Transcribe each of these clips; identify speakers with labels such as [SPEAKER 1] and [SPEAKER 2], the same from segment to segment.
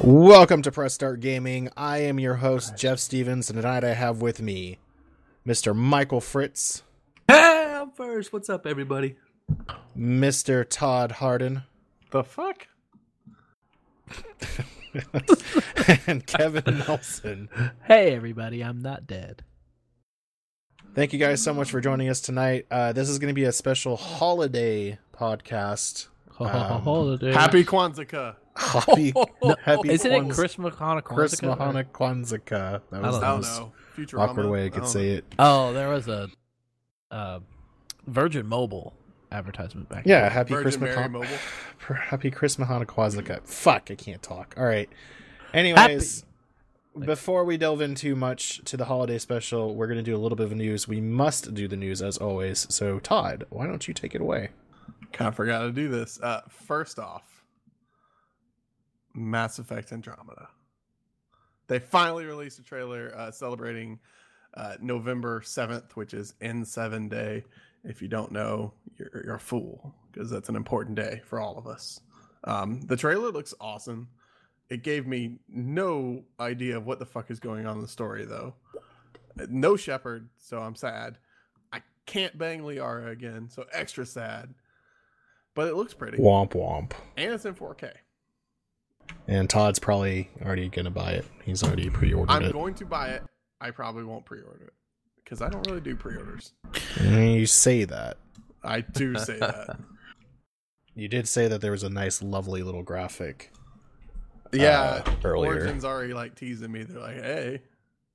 [SPEAKER 1] welcome to Press Start Gaming. I am your host, Jeff Stevens, and tonight I have with me Mr. Michael Fritz,
[SPEAKER 2] Hey, I'm first. What's up, everybody?
[SPEAKER 1] Mr. Todd Harden,
[SPEAKER 3] The fuck?
[SPEAKER 1] and Kevin Nelson.
[SPEAKER 4] Hey, everybody, I'm not dead.
[SPEAKER 1] Thank you guys so much for joining us tonight. Uh, this is going to be a special holiday podcast.
[SPEAKER 4] Ho, ho, ho,
[SPEAKER 1] Um,
[SPEAKER 4] ho, dude.
[SPEAKER 3] Happy Kwanzaa.
[SPEAKER 1] Happy,
[SPEAKER 4] No,
[SPEAKER 1] happy
[SPEAKER 4] Isn't
[SPEAKER 1] Kwanzaa-
[SPEAKER 4] it Chris Mahana
[SPEAKER 1] Chris Mahana Kwanzaa. That was
[SPEAKER 4] don't
[SPEAKER 1] the
[SPEAKER 3] I don't
[SPEAKER 1] most
[SPEAKER 3] know. Future
[SPEAKER 1] awkward way I could say it.
[SPEAKER 4] Oh, there was a uh, Virgin Mobile advertisement back.
[SPEAKER 1] Yeah, happy
[SPEAKER 3] Virgin
[SPEAKER 1] Chris
[SPEAKER 3] Mary
[SPEAKER 1] Mahana.
[SPEAKER 3] Mobile.
[SPEAKER 1] Happy Chris Mahana Quasicut. Fuck, I can't talk. All right. Anyways, before we delve in too much to the holiday special, we're going to do a little bit of news. We must do the news as always. So, Todd, why don't you take it away?
[SPEAKER 3] Kind of forgot to do this. Uh, first off, Mass Effect Andromeda. They finally released a trailer uh, celebrating uh, November 7th, which is N7 Day. If you don't know, you're, you're a fool because that's an important day for all of us. Um, the trailer looks awesome. It gave me no idea of what the fuck is going on in the story, though. No Shepard, so I'm sad. I can't bang Liara again, so extra sad. But it looks pretty,
[SPEAKER 1] Womp womp.
[SPEAKER 3] and it's in 4K.
[SPEAKER 1] And Todd's probably already going to buy it. He's already pre ordered
[SPEAKER 3] I'm
[SPEAKER 1] it.
[SPEAKER 3] going to buy it. I probably won't pre-order it because I don't really do pre-orders.
[SPEAKER 1] Mm, you say that.
[SPEAKER 3] I do say that.
[SPEAKER 1] You did say that there was a nice, lovely little graphic.
[SPEAKER 3] Yeah,
[SPEAKER 1] Uh, earlier.
[SPEAKER 3] Origin's already like teasing me. They're like, "Hey,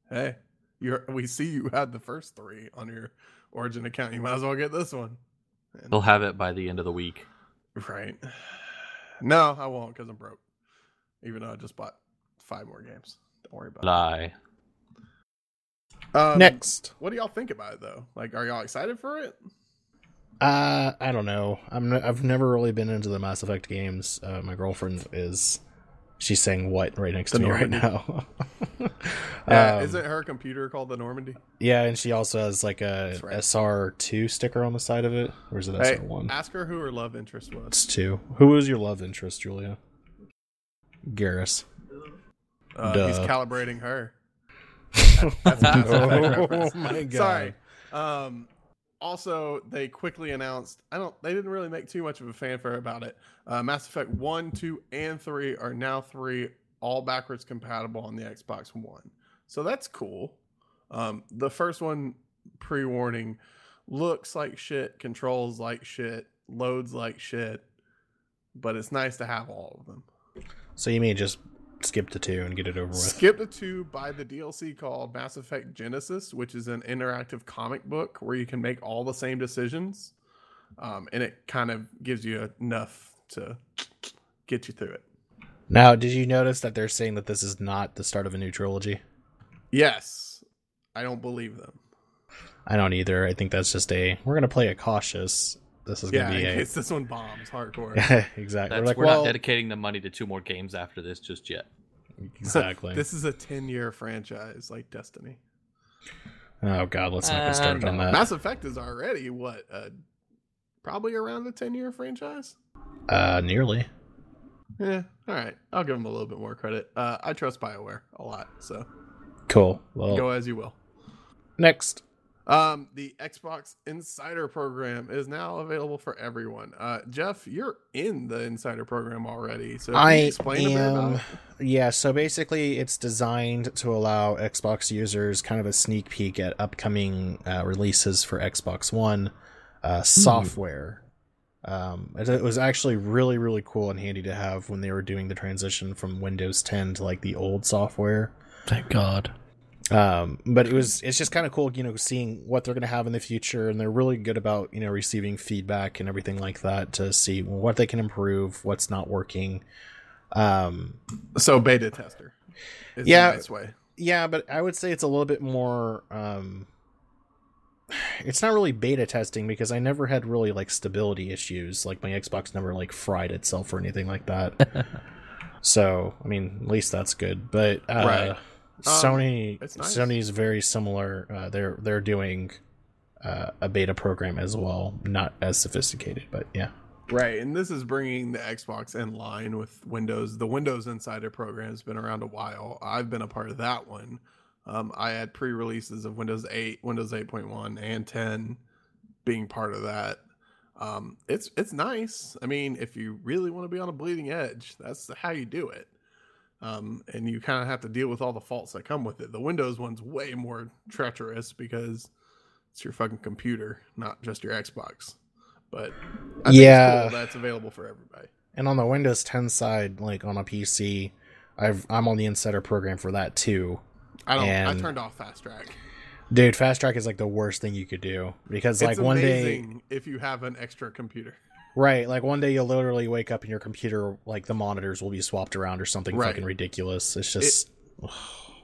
[SPEAKER 3] hey, you we see you had the first three on your Origin account. You might as well get this one." And-
[SPEAKER 2] They'll have it by the end of the week.
[SPEAKER 3] right? No, I won't because I'm broke. Even though I just bought five more games. Don't worry
[SPEAKER 2] But
[SPEAKER 3] about
[SPEAKER 2] I
[SPEAKER 3] it. Um,
[SPEAKER 1] Next.
[SPEAKER 3] what do y'all think about it though? Like, are y'all excited for it?
[SPEAKER 1] Uh, I don't know. I'm n- I've never really been into the Mass Effect games. Uh, my girlfriend is. She's saying what right next to
[SPEAKER 3] The
[SPEAKER 1] me right
[SPEAKER 3] Normandy.
[SPEAKER 1] now.
[SPEAKER 3] Yeah,
[SPEAKER 1] Um,
[SPEAKER 3] isn't her computer called the Normandy?
[SPEAKER 1] Yeah, and she also has like a
[SPEAKER 3] That's right.
[SPEAKER 1] SR2 sticker on the side of it, or is it
[SPEAKER 3] Hey,
[SPEAKER 1] SR1?
[SPEAKER 3] ask her who her love interest was.
[SPEAKER 1] it's two. Who is your love interest, Julia? Garrus.
[SPEAKER 3] Uh, he's
[SPEAKER 1] Duh.
[SPEAKER 3] calibrating her.
[SPEAKER 2] That's a Mass
[SPEAKER 1] oh
[SPEAKER 3] Effect reference.
[SPEAKER 1] my god!
[SPEAKER 3] Sorry. Um, also, they quickly announced. I don't. They didn't really make too much of a fanfare about it. Uh, Mass Effect One, Two, and Three are now three all backwards compatible on the Xbox One. So that's cool. Um, the first one, pre-warning, looks like shit, controls like shit, loads like shit, but it's nice to have all of them.
[SPEAKER 1] So you mean just skip the two and get it over with?
[SPEAKER 3] Skip the two by the DLC called Mass Effect Genesis, which is an interactive comic book where you can make all the same decisions. Um, and it kind of gives you enough to get you through it.
[SPEAKER 1] Now, did you notice that they're saying that this is not the start of a new trilogy?
[SPEAKER 3] Yes, I don't believe them.
[SPEAKER 1] I don't either. I think that's just a we're gonna play it cautious. This is
[SPEAKER 3] Yeah,
[SPEAKER 1] gonna
[SPEAKER 3] in
[SPEAKER 1] be a
[SPEAKER 3] case this one bombs hardcore.
[SPEAKER 1] exactly.
[SPEAKER 2] that's
[SPEAKER 1] we're like,
[SPEAKER 2] we're
[SPEAKER 1] well,
[SPEAKER 2] not dedicating the money to two more games after this just yet.
[SPEAKER 1] exactly.
[SPEAKER 3] this is a 10 year franchise like Destiny.
[SPEAKER 1] Oh god, let's not
[SPEAKER 2] Uh,
[SPEAKER 1] get started on
[SPEAKER 3] Um,
[SPEAKER 2] no.
[SPEAKER 1] that.
[SPEAKER 3] Mass Effect is already, what, uh, probably around the 10 year franchise?
[SPEAKER 1] Uh, nearly.
[SPEAKER 3] Yeah, all right. I'll give them a little bit more credit. Uh, I trust BioWare a lot, so
[SPEAKER 1] Cool. Well,
[SPEAKER 3] go as you will.
[SPEAKER 1] next.
[SPEAKER 3] Um, the Xbox Insider Program is now available for everyone. Uh, Jeff, you're in the Insider Program already, so can
[SPEAKER 1] I
[SPEAKER 3] you explain a bit about
[SPEAKER 1] am.
[SPEAKER 3] it?
[SPEAKER 1] Yeah, so basically, it's designed to allow Xbox users kind of a sneak peek at upcoming uh, releases for Xbox One
[SPEAKER 3] Hmm.
[SPEAKER 1] uh, software. Um, it, it was actually really, really cool and handy to have when they were doing the transition from Windows 10 to like the old software.
[SPEAKER 4] Thank God.
[SPEAKER 1] um but it was it's just kind of cool you know seeing what they're going to have in the future and they're really good about you know receiving feedback and everything like that to see what they can improve what's not working um
[SPEAKER 3] So beta tester. Is the
[SPEAKER 1] Yeah.
[SPEAKER 3] nice way.
[SPEAKER 1] yeah but i would say it's a little bit more um it's not really beta testing because i never had really like stability issues like my xbox never like fried itself or anything like that so i mean at least that's good but uh
[SPEAKER 3] Right. Um,
[SPEAKER 1] sony
[SPEAKER 3] it's nice.
[SPEAKER 1] sony's very similar uh they're they're doing uh, a beta program as well not as sophisticated but yeah
[SPEAKER 3] Right, and this is bringing the Xbox in line with Windows. The Windows Insider program has been around a while. I've been a part of that one. Um, I had pre-releases of Windows 8, Windows 8.1, and 10 being part of that. Um, it's it's nice. I mean, if you really want to be on a bleeding edge, that's how you do it. Um, and you kind of have to deal with all the faults that come with it. The Windows one's way more treacherous because it's your fucking computer, not just your Xbox. But I think it's
[SPEAKER 1] Yeah.
[SPEAKER 3] cool that's available for everybody.
[SPEAKER 1] And on the Windows 10 side, like on a PC, I've I'm on the Insider program for that too.
[SPEAKER 3] I don't.
[SPEAKER 1] And-
[SPEAKER 3] I turned off Fast Track.
[SPEAKER 1] Dude, fast track is like the worst thing you could do because like
[SPEAKER 3] it's
[SPEAKER 1] one day,
[SPEAKER 3] amazing if you have an extra computer.
[SPEAKER 1] right? Like one day you'll literally wake up and your computer, like the monitors will be swapped around or something
[SPEAKER 3] Right.
[SPEAKER 1] fucking ridiculous. It's just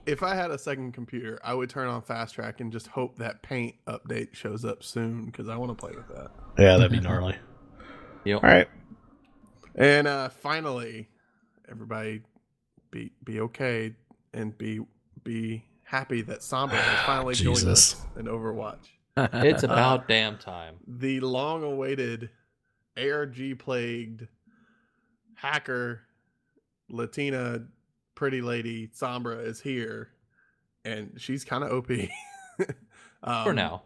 [SPEAKER 3] If I had a second computer, I would turn on Fast Track and just hope that Paint update shows up soon because I want to play with that.
[SPEAKER 1] yeah, that'd be gnarly.
[SPEAKER 2] Yep.
[SPEAKER 1] All right,
[SPEAKER 3] And uh finally, everybody be be okay and be be happy that Samba has finally joined
[SPEAKER 1] Jesus.
[SPEAKER 3] us in Overwatch.
[SPEAKER 2] It's about damn time.
[SPEAKER 3] The long awaited ARG plagued hacker Latina pretty lady Sombra is here and she's kind of OP. um,
[SPEAKER 2] For now.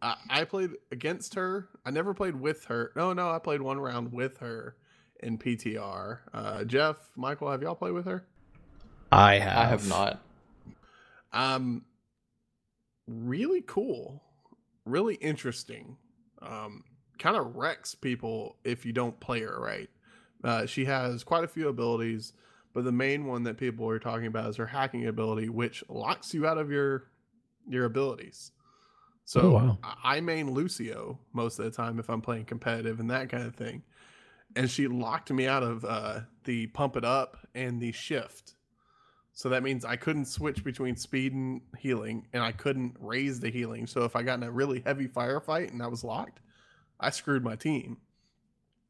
[SPEAKER 3] I, I played against her. I never played with her. No, no, I played one round with her in PTR. Uh, Jeff, Michael, have y'all played with her?
[SPEAKER 1] I have
[SPEAKER 2] I have not.
[SPEAKER 3] Um, really cool, really interesting. Um, kind of wrecks people if you don't play her right. Uh, she has quite a few abilities, but the main one that people are talking about is her hacking ability, which locks you out of your your abilities. So
[SPEAKER 4] Oh, wow.
[SPEAKER 3] I I main Lucio most of the time if I'm playing competitive and that kind of thing. And she locked me out of uh, the pump it up and the shift. So that means I couldn't switch between speed and healing, and I couldn't raise the healing. So if I got in a really heavy firefight and I was locked, I screwed my team.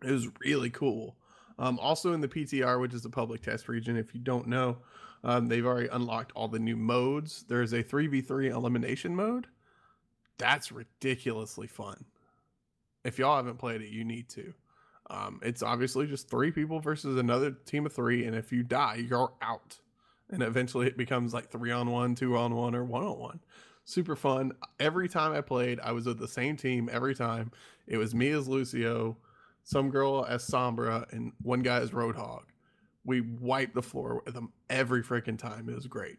[SPEAKER 3] It was really cool. Um, also in the PTR, which is the public test region, if you don't know, um, they've already unlocked all the new modes. There is a 3v3 elimination mode. That's ridiculously fun. If y'all haven't played it, you need to. Um, it's obviously just three people versus another team of three, and if you die, you're out. And eventually it becomes like three on one, two on one, or one on one. Super fun. Every time I played, I was with the same team every time. It was me as Lucio, some girl as Sombra, and one guy as Roadhog. We wiped the floor with them every freaking time. It was great.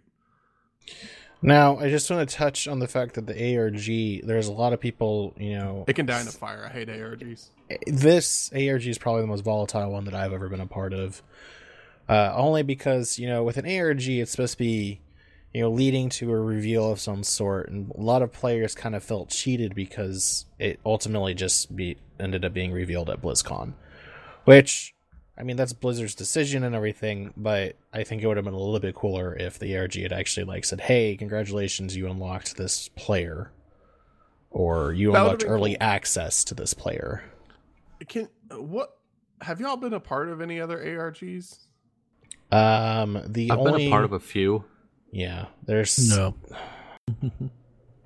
[SPEAKER 1] Now, I just want to touch on the fact that the ARG, there's a lot of people, you know,
[SPEAKER 3] It can die in a fire. I hate ARGs.
[SPEAKER 1] this ARG is probably the most volatile one that I've ever been a part of. Uh, only because, you know, with an ARG, it's supposed to be, you know, leading to a reveal of some sort. And a lot of players kind of felt cheated because it ultimately just be, ended up being revealed at BlizzCon. Which, I mean, that's Blizzard's decision and everything, but I think it would have been a little bit cooler if the ARG had actually, like, said, hey, congratulations, you unlocked this player. Or you
[SPEAKER 3] That would've
[SPEAKER 1] unlocked
[SPEAKER 3] been
[SPEAKER 1] early
[SPEAKER 3] cool.
[SPEAKER 1] access to this player.
[SPEAKER 3] Can what have y'all been a part of any other ARGs?
[SPEAKER 1] Um, the
[SPEAKER 2] I've
[SPEAKER 1] only
[SPEAKER 2] been a part of a few.
[SPEAKER 1] yeah, there's
[SPEAKER 4] no.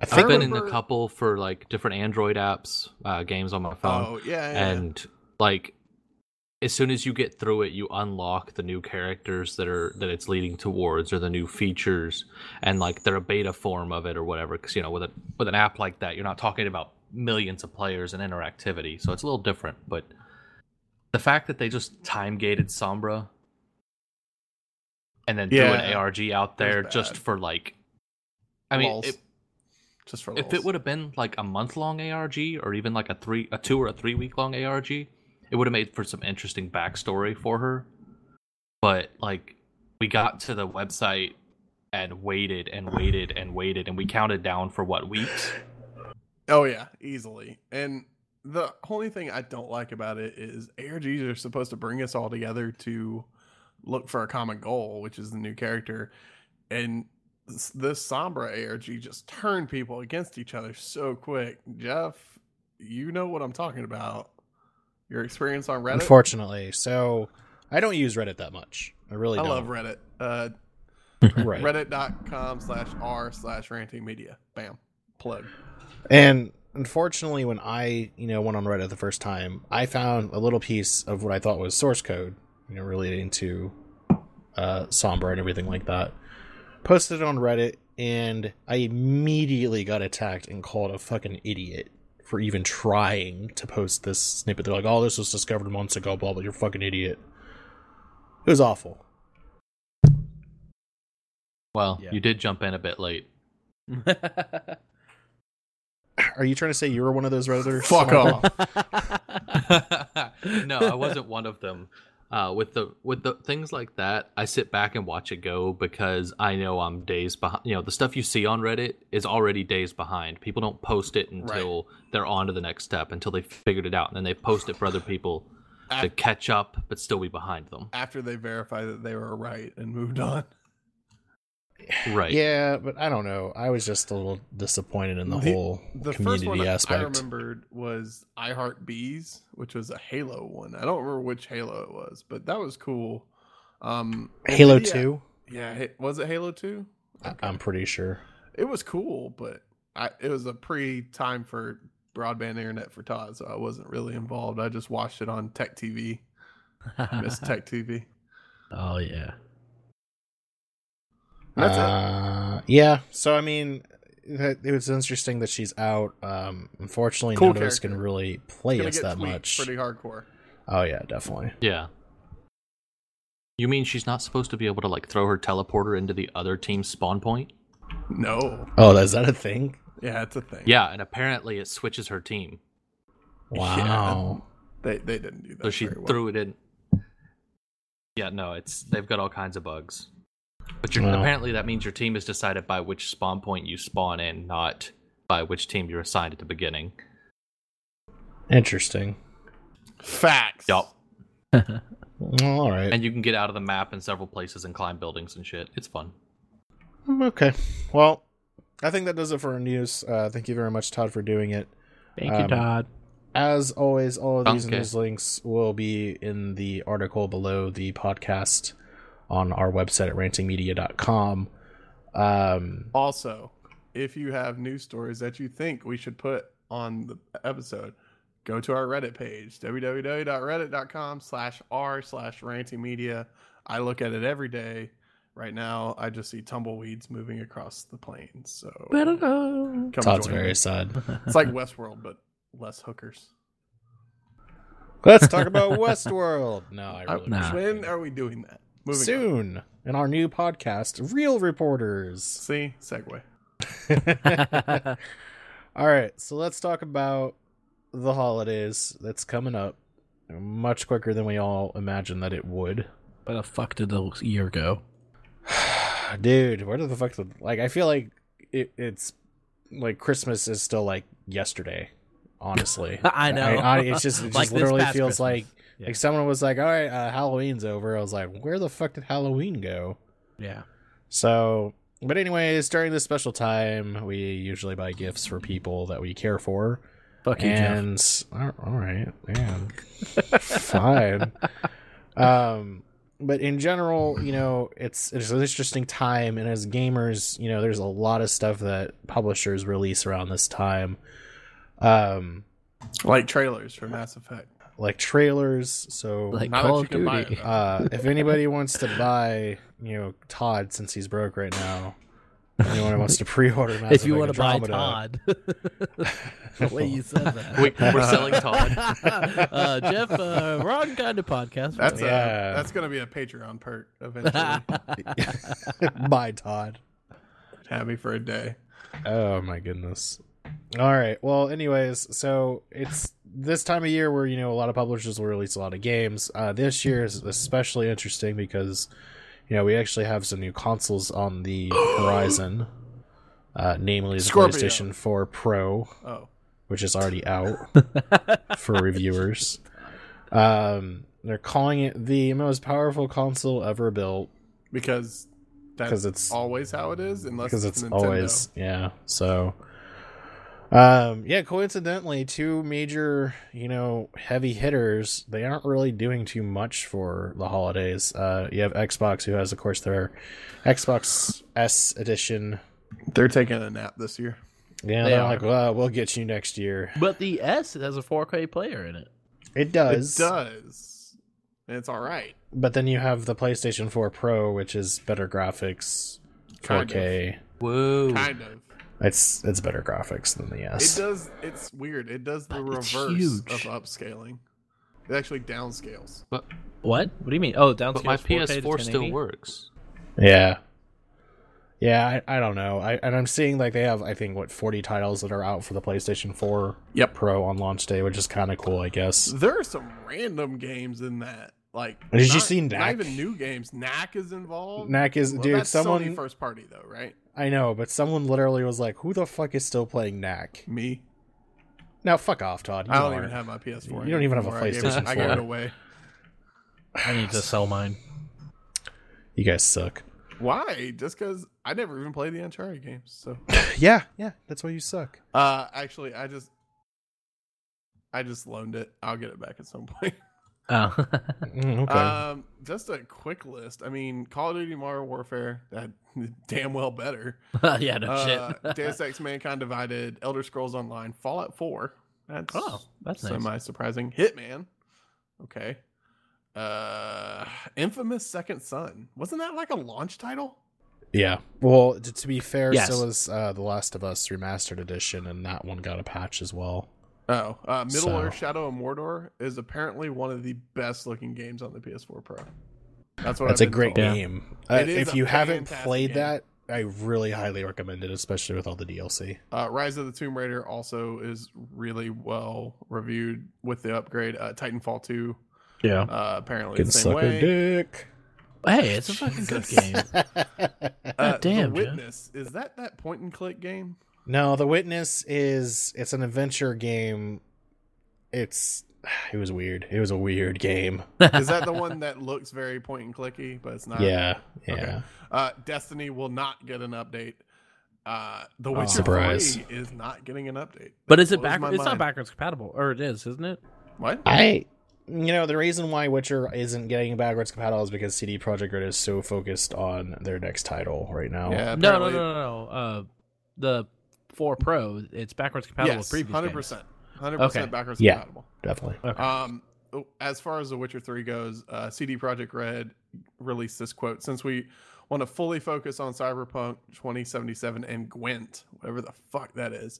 [SPEAKER 1] I think
[SPEAKER 2] I've been in a
[SPEAKER 3] remember-
[SPEAKER 2] couple for like different Android apps, uh, games on my phone.
[SPEAKER 3] oh yeah, yeah.
[SPEAKER 2] and like as soon as you get through it you unlock the new characters that are that it's leading towards or the new features and like they're a beta form of it or whatever because you know with a with an app like that you're not talking about millions of players and interactivity so it's a little different but the fact that they just time gated sombra and then threw an
[SPEAKER 3] Yeah.
[SPEAKER 2] arg out there
[SPEAKER 3] bad.
[SPEAKER 2] just for like i mean
[SPEAKER 3] Lols.
[SPEAKER 2] it,
[SPEAKER 3] just for
[SPEAKER 2] if it
[SPEAKER 3] lols.
[SPEAKER 2] would have been like a month long ARG or even like a three a two or a three week long ARG, it would have made for some interesting backstory for her. But like we got to the website and waited and waited and waited and we counted down for what weeks?
[SPEAKER 3] Oh yeah, easily. And the only thing I don't like about it is ARGs are supposed to bring us all together to look for a common goal, which is the new character. And this, this Sombra ARG just turned people against each other so quick. Jeff, you know what I'm talking about. Your experience on Reddit.
[SPEAKER 1] unfortunately. So I don't use Reddit that much. I really
[SPEAKER 3] I
[SPEAKER 1] don't.
[SPEAKER 3] love Reddit. Uh,
[SPEAKER 1] Right.
[SPEAKER 3] Reddit.com slash r slash ranting media. Bam. Plug.
[SPEAKER 1] And unfortunately, when I you know went on Reddit the first time, I found a little piece of what I thought was source code, you know, relating to uh, Sombra and everything like that. Posted it on Reddit, and I immediately got attacked and called a fucking idiot for even trying to post this snippet. They're like, "Oh, this was discovered months ago." Blah blah. You're a fucking idiot. It was awful.
[SPEAKER 2] Well,
[SPEAKER 4] Yeah.
[SPEAKER 2] you did jump in a bit late.
[SPEAKER 1] Are you trying to say you were one of those redditors?
[SPEAKER 3] Fuck off.
[SPEAKER 2] no, I wasn't one of them. Uh, with the with the things like that, I sit back and watch it go because I know I'm days behind. You know, the stuff you see on Reddit is already days behind. People don't post it until they're on to the next step, until they figured it out, and then they post it for other people to
[SPEAKER 3] Af-
[SPEAKER 2] catch up, but still be behind them.
[SPEAKER 3] After they verify that they were right and moved on.
[SPEAKER 2] Right?
[SPEAKER 1] Yeah, but I don't know. I was just a little disappointed in the,
[SPEAKER 3] The-
[SPEAKER 1] whole
[SPEAKER 3] The
[SPEAKER 1] community
[SPEAKER 3] first one
[SPEAKER 1] aspect.
[SPEAKER 3] I remembered was I Heart Bees, which was a Halo one. I don't remember which Halo it was, but that was cool. Um, and
[SPEAKER 1] Halo
[SPEAKER 3] yeah-
[SPEAKER 1] Two,
[SPEAKER 3] Yeah, ha- was it Halo Two?
[SPEAKER 1] I- I'm pretty sure.
[SPEAKER 3] It was cool, but I, it was a pre time for broadband internet for Todd, so I wasn't really involved. I just watched it on Tech TV. I miss Tech TV.
[SPEAKER 4] oh yeah.
[SPEAKER 3] That's it.
[SPEAKER 1] uh, Yeah. So I mean, that, it was interesting that she's out. Um, unfortunately,
[SPEAKER 3] Cool
[SPEAKER 1] none of us
[SPEAKER 3] character.
[SPEAKER 1] can really play
[SPEAKER 3] Gonna
[SPEAKER 1] us
[SPEAKER 3] get
[SPEAKER 1] that
[SPEAKER 3] tweaked
[SPEAKER 1] much.
[SPEAKER 3] Pretty hardcore.
[SPEAKER 1] Oh yeah, definitely.
[SPEAKER 2] Yeah. You mean she's not supposed to be able to like throw her teleporter into the other team's spawn point?
[SPEAKER 3] No.
[SPEAKER 1] Oh, is that a thing?
[SPEAKER 3] Yeah, it's a thing.
[SPEAKER 2] Yeah, and apparently it switches her team.
[SPEAKER 1] Wow.
[SPEAKER 3] They they didn't do that.
[SPEAKER 2] So she
[SPEAKER 3] very well.
[SPEAKER 2] threw it in. Yeah, no, it's they've got all kinds of bugs. But you're,
[SPEAKER 1] Wow.
[SPEAKER 2] apparently that means your team is decided by which spawn point you spawn in, not by which team you're assigned at the beginning.
[SPEAKER 1] Interesting.
[SPEAKER 3] facts.
[SPEAKER 2] Yup.
[SPEAKER 1] Well, All right.
[SPEAKER 2] And you can get out of the map in several places and climb buildings and shit. It's fun.
[SPEAKER 1] Mm, Okay. Well, I think that does it for our news. Uh, thank you very much, Todd, for doing it.
[SPEAKER 4] Thank
[SPEAKER 1] Um,
[SPEAKER 4] you, Todd.
[SPEAKER 1] As always, all of these
[SPEAKER 2] Okay.
[SPEAKER 1] news links will be in the article below the podcast on our website at rantingmedia.com. Um,
[SPEAKER 3] Also, if you have news stories that you think we should put on the episode, go to our Reddit page, www.reddit.com slash r slash ranting media. I look at it every day. Right now, I just see tumbleweeds moving across the plains. So
[SPEAKER 4] know.
[SPEAKER 3] come
[SPEAKER 1] Todd's
[SPEAKER 3] join me.
[SPEAKER 1] very sad.
[SPEAKER 3] It's like Westworld, but less hookers.
[SPEAKER 1] Let's talk about Westworld. No, I
[SPEAKER 3] I-
[SPEAKER 1] really
[SPEAKER 4] Nah.
[SPEAKER 3] When are we doing that? Moving on.
[SPEAKER 1] Ah, soon in our new podcast, Real Reporters.
[SPEAKER 3] See segue.
[SPEAKER 1] All right, so let's talk about the holidays that's coming up much quicker than we all imagined that it would.
[SPEAKER 4] Where the fuck did the year go?
[SPEAKER 1] Dude, where the fuck did like I feel like it, it's like Christmas is still like yesterday, honestly.
[SPEAKER 4] I know.
[SPEAKER 1] I, it's just it
[SPEAKER 4] Like
[SPEAKER 1] just
[SPEAKER 4] this
[SPEAKER 1] literally
[SPEAKER 4] past
[SPEAKER 1] feels
[SPEAKER 4] Christmas.
[SPEAKER 1] like
[SPEAKER 4] Yeah.
[SPEAKER 1] like someone was like, "All right, uh, Halloween's over." I was like, "Where the fuck did Halloween go?"
[SPEAKER 4] Yeah.
[SPEAKER 1] So, but anyways, during this special time, we usually buy gifts for people that we care for.
[SPEAKER 4] Fuck you, Jeff.
[SPEAKER 1] and all all right, man, fine. Um, but in general, you know, it's it's an interesting time, and as gamers, you know, there's a lot of stuff that publishers release around this time. Um,
[SPEAKER 3] Like trailers for Mass Effect.
[SPEAKER 1] like trailers. So
[SPEAKER 4] Like
[SPEAKER 3] Now that
[SPEAKER 4] Call
[SPEAKER 3] you
[SPEAKER 4] of
[SPEAKER 3] can buy
[SPEAKER 4] Duty.
[SPEAKER 3] it,
[SPEAKER 1] uh, if anybody wants to buy, you know, Todd since he's broke right now, anyone who wants to pre-order, Mass
[SPEAKER 4] if you
[SPEAKER 1] Effect
[SPEAKER 4] want to buy
[SPEAKER 1] Andromeda-
[SPEAKER 4] Todd, the way you said that.
[SPEAKER 2] We, we're selling Todd.
[SPEAKER 4] uh, Jeff, uh, wrong kind of podcast.
[SPEAKER 3] That's
[SPEAKER 1] Yeah.
[SPEAKER 3] a, that's gonna be a Patreon perk eventually.
[SPEAKER 1] buy Todd.
[SPEAKER 3] Have me for a day.
[SPEAKER 1] Oh my goodness. All right. Well, anyways, so it's this time of year where you know a lot of publishers will release a lot of games. Uh, this year is especially interesting because you know we actually have some new consoles on the horizon, uh, namely the
[SPEAKER 3] Scorpio.
[SPEAKER 1] PlayStation 4 Pro,
[SPEAKER 3] Oh,
[SPEAKER 1] which is already out for reviewers. Um, they're calling it the most powerful console ever built
[SPEAKER 3] because
[SPEAKER 1] because
[SPEAKER 3] that's
[SPEAKER 1] it's
[SPEAKER 3] always how it is, unless
[SPEAKER 1] because it's
[SPEAKER 3] Nintendo.
[SPEAKER 1] always yeah so um yeah coincidentally two major you know heavy hitters they aren't really doing too much for the holidays uh you have xbox who has of course their xbox s edition
[SPEAKER 3] They're taking a nap this year.
[SPEAKER 1] Yeah,
[SPEAKER 4] They
[SPEAKER 1] they are
[SPEAKER 4] are.
[SPEAKER 1] like, well, we'll get you next year.
[SPEAKER 4] But the S has a 4K player in it.
[SPEAKER 1] It
[SPEAKER 3] It
[SPEAKER 1] does,
[SPEAKER 3] does. And it's all right.
[SPEAKER 1] but then you have the PlayStation 4 Pro, which is better graphics,
[SPEAKER 3] Kind of.
[SPEAKER 1] 4K.
[SPEAKER 2] Whoa.
[SPEAKER 3] Kind of.
[SPEAKER 1] It's it's better graphics than the
[SPEAKER 3] It
[SPEAKER 1] S.
[SPEAKER 3] does. It's weird. It does the
[SPEAKER 4] But it's
[SPEAKER 3] reverse
[SPEAKER 4] huge.
[SPEAKER 3] of upscaling. It actually downscales.
[SPEAKER 2] But,
[SPEAKER 4] What? What do you mean? Oh,
[SPEAKER 2] but
[SPEAKER 4] downscale.
[SPEAKER 2] my
[SPEAKER 4] 4K to
[SPEAKER 2] PS4 still
[SPEAKER 4] 1080?
[SPEAKER 2] works.
[SPEAKER 1] Yeah. Yeah, I, I don't know. I and I'm seeing like they have I think what 40 titles that are out for the PlayStation 4
[SPEAKER 3] Yep.
[SPEAKER 1] Pro on launch day, which is kind of cool, I guess.
[SPEAKER 3] There are some random games in that. Like,
[SPEAKER 1] Did you
[SPEAKER 3] not-
[SPEAKER 1] see
[SPEAKER 3] Not
[SPEAKER 1] Knack?
[SPEAKER 3] even new games. Knack is involved.
[SPEAKER 1] Knack is
[SPEAKER 3] Well,
[SPEAKER 1] dude,
[SPEAKER 3] that's
[SPEAKER 1] someone
[SPEAKER 3] Sony first party though, right?
[SPEAKER 1] I know, but someone literally was like, "Who the fuck is still playing Knack?"
[SPEAKER 3] Me.
[SPEAKER 1] Now fuck off, Todd. You
[SPEAKER 3] I don't
[SPEAKER 1] are.
[SPEAKER 3] even have my PS4.
[SPEAKER 1] You don't even have a
[SPEAKER 3] anymore. I gave it-
[SPEAKER 2] PlayStation
[SPEAKER 3] I gave
[SPEAKER 2] 4.
[SPEAKER 3] it away.
[SPEAKER 4] I need to sell mine.
[SPEAKER 1] You guys suck.
[SPEAKER 3] Why? Just because I never even played the Uncharted games. So,
[SPEAKER 1] yeah, yeah, that's why you suck.
[SPEAKER 3] uh, actually, I just, I just loaned it. I'll get it back at some point.
[SPEAKER 4] Oh.
[SPEAKER 1] Mm, okay.
[SPEAKER 3] Um, just a quick list. I mean, Call of Duty Modern Warfare, that damn well better.
[SPEAKER 4] yeah, no
[SPEAKER 3] Uh,
[SPEAKER 4] shit.
[SPEAKER 3] Deus Ex Mankind Divided, Elder Scrolls Online, Fallout 4. That's
[SPEAKER 4] oh, that's nice.
[SPEAKER 3] semi surprising. Hitman. Okay. Uh, Infamous Second Son. Wasn't that like a launch title?
[SPEAKER 1] yeah. Well, t- to be fair,
[SPEAKER 4] Yes.
[SPEAKER 1] so is uh, The Last of Us Remastered Edition, and that one got a patch as well.
[SPEAKER 3] Oh, uh, Middle
[SPEAKER 1] So-
[SPEAKER 3] Earth Shadow of Mordor is apparently one of the best looking games on the PS4 Pro. That's what
[SPEAKER 1] That's
[SPEAKER 3] I've
[SPEAKER 1] a
[SPEAKER 3] been
[SPEAKER 1] great
[SPEAKER 3] told.
[SPEAKER 1] game. Uh,
[SPEAKER 3] It is
[SPEAKER 1] if
[SPEAKER 3] a
[SPEAKER 1] you haven't
[SPEAKER 3] fantastic
[SPEAKER 1] played
[SPEAKER 3] game.
[SPEAKER 1] that, I really highly recommend it, especially with all the DLC.
[SPEAKER 3] Uh, Rise of the Tomb Raider also is really well reviewed with the upgrade. Uh, Titanfall 2,
[SPEAKER 4] yeah.
[SPEAKER 3] uh, apparently
[SPEAKER 1] Get
[SPEAKER 3] the same
[SPEAKER 1] sucker
[SPEAKER 3] way.
[SPEAKER 1] dick.
[SPEAKER 4] Hey, it's a fucking good
[SPEAKER 3] Jesus.
[SPEAKER 4] game.
[SPEAKER 3] Uh,
[SPEAKER 4] God damn,
[SPEAKER 3] the
[SPEAKER 4] Jeff.
[SPEAKER 3] Witness is that that point and click game?
[SPEAKER 1] no, The Witness is it's an adventure game. It's it was weird. It was a weird game.
[SPEAKER 3] Is that the one that looks very point and clicky, but it's not?
[SPEAKER 1] yeah, yeah.
[SPEAKER 3] okay. Uh, Destiny will not get an update. Uh, the Witcher
[SPEAKER 1] Oh, Surprise.
[SPEAKER 3] 3 is not getting an update.
[SPEAKER 4] But is it
[SPEAKER 3] Blows my
[SPEAKER 4] backwards? It's not
[SPEAKER 3] mind.
[SPEAKER 4] backwards compatible, or it is, isn't it?
[SPEAKER 3] What?
[SPEAKER 1] I you know the reason why Witcher isn't getting backwards compatible is because CD Projekt Red is so focused on their next title right now.
[SPEAKER 3] Yeah,
[SPEAKER 4] No, no,
[SPEAKER 3] apparently-
[SPEAKER 4] no, no, no. Uh, the four Pro, it's backwards compatible
[SPEAKER 3] Yes,
[SPEAKER 4] with previous
[SPEAKER 3] hundred
[SPEAKER 4] games.
[SPEAKER 3] percent, hundred percent
[SPEAKER 4] Okay.
[SPEAKER 3] backwards
[SPEAKER 1] Yeah.
[SPEAKER 3] compatible.
[SPEAKER 1] definitely.
[SPEAKER 4] Okay.
[SPEAKER 3] Um, as far as The Witcher Three goes, uh, CD Projekt Red released this quote: "Since we want to fully focus on Cyberpunk 2077 and Gwent, whatever the fuck that is."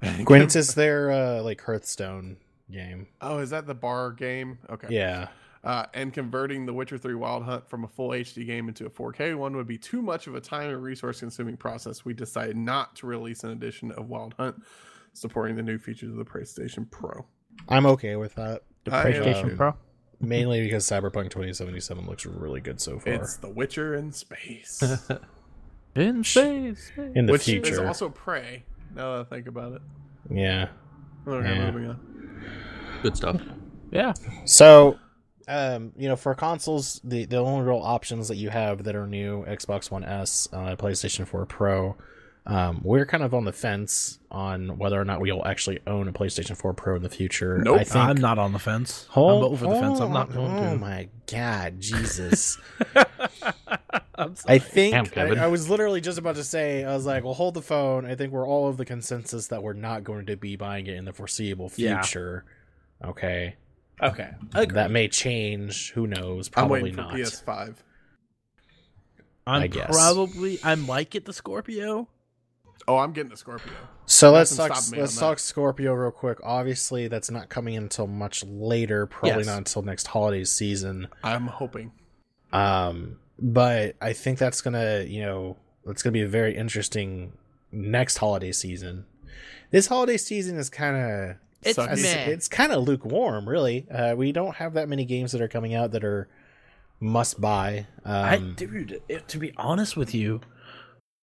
[SPEAKER 1] Gwent is their uh, like Hearthstone game.
[SPEAKER 3] Oh, is that the bar game? Okay.
[SPEAKER 1] Yeah.
[SPEAKER 3] Uh, and converting The Witcher 3 Wild Hunt from a full HD game into a 4K one would be too much of a time and resource consuming process. We decided not to release an edition of Wild Hunt supporting the new features of the PlayStation Pro.
[SPEAKER 1] I'm okay with that.
[SPEAKER 3] I uh, am
[SPEAKER 1] PlayStation
[SPEAKER 3] too.
[SPEAKER 4] Pro.
[SPEAKER 1] Mainly because Cyberpunk 2077 looks really good so far.
[SPEAKER 3] It's The Witcher in space.
[SPEAKER 4] In space. space.
[SPEAKER 1] in the
[SPEAKER 3] Which is
[SPEAKER 1] future.
[SPEAKER 3] also Prey, now that I think about it.
[SPEAKER 1] yeah.
[SPEAKER 3] Okay,
[SPEAKER 1] Yeah.
[SPEAKER 3] moving on.
[SPEAKER 2] Good stuff.
[SPEAKER 4] Yeah.
[SPEAKER 1] So, um, you know, for consoles, the the only real options that you have that are new Xbox One S, uh, PlayStation 4 Pro. Um, we're kind of on the fence on whether or not we'll actually own a PlayStation 4 Pro in the future.
[SPEAKER 3] Nope.
[SPEAKER 1] I think.
[SPEAKER 4] I'm not on the fence.
[SPEAKER 1] Hold-
[SPEAKER 4] I'm over the fence. I'm not
[SPEAKER 1] hold-
[SPEAKER 4] going
[SPEAKER 1] Oh
[SPEAKER 4] to.
[SPEAKER 1] my god, Jesus!
[SPEAKER 4] I'm sorry.
[SPEAKER 1] I think
[SPEAKER 2] Damn, Kevin.
[SPEAKER 1] I, I was literally just about to say I was like, "Well, hold the phone." I think we're all of the consensus that we're not going to be buying it in the foreseeable
[SPEAKER 4] Yeah.
[SPEAKER 1] future. Okay,
[SPEAKER 4] Okay.
[SPEAKER 1] that may change. Who knows?
[SPEAKER 3] I'm
[SPEAKER 1] Probably
[SPEAKER 3] waiting
[SPEAKER 1] not.
[SPEAKER 3] for PS5.
[SPEAKER 4] I'm
[SPEAKER 1] I guess.
[SPEAKER 4] probably. I might get the Scorpio.
[SPEAKER 3] Oh, I'm getting a Scorpio.
[SPEAKER 1] So let's
[SPEAKER 3] Nothing
[SPEAKER 1] talk.
[SPEAKER 3] stopped me
[SPEAKER 1] Let's
[SPEAKER 3] on
[SPEAKER 1] talk Scorpio real quick. Obviously, that's not coming until much later. Probably
[SPEAKER 4] Yes.
[SPEAKER 1] not until next holiday season.
[SPEAKER 3] I'm hoping.
[SPEAKER 1] Um, but I think that's gonna, you know, it's gonna be a very interesting next holiday season. This holiday season is kind of
[SPEAKER 4] It's
[SPEAKER 3] Sucky.
[SPEAKER 1] it's,
[SPEAKER 4] meh.
[SPEAKER 1] it's kind of lukewarm, really. Uh, we don't have that many games that are coming out that are must buy.
[SPEAKER 4] I,
[SPEAKER 1] Um,
[SPEAKER 4] dude, it, to be honest with you,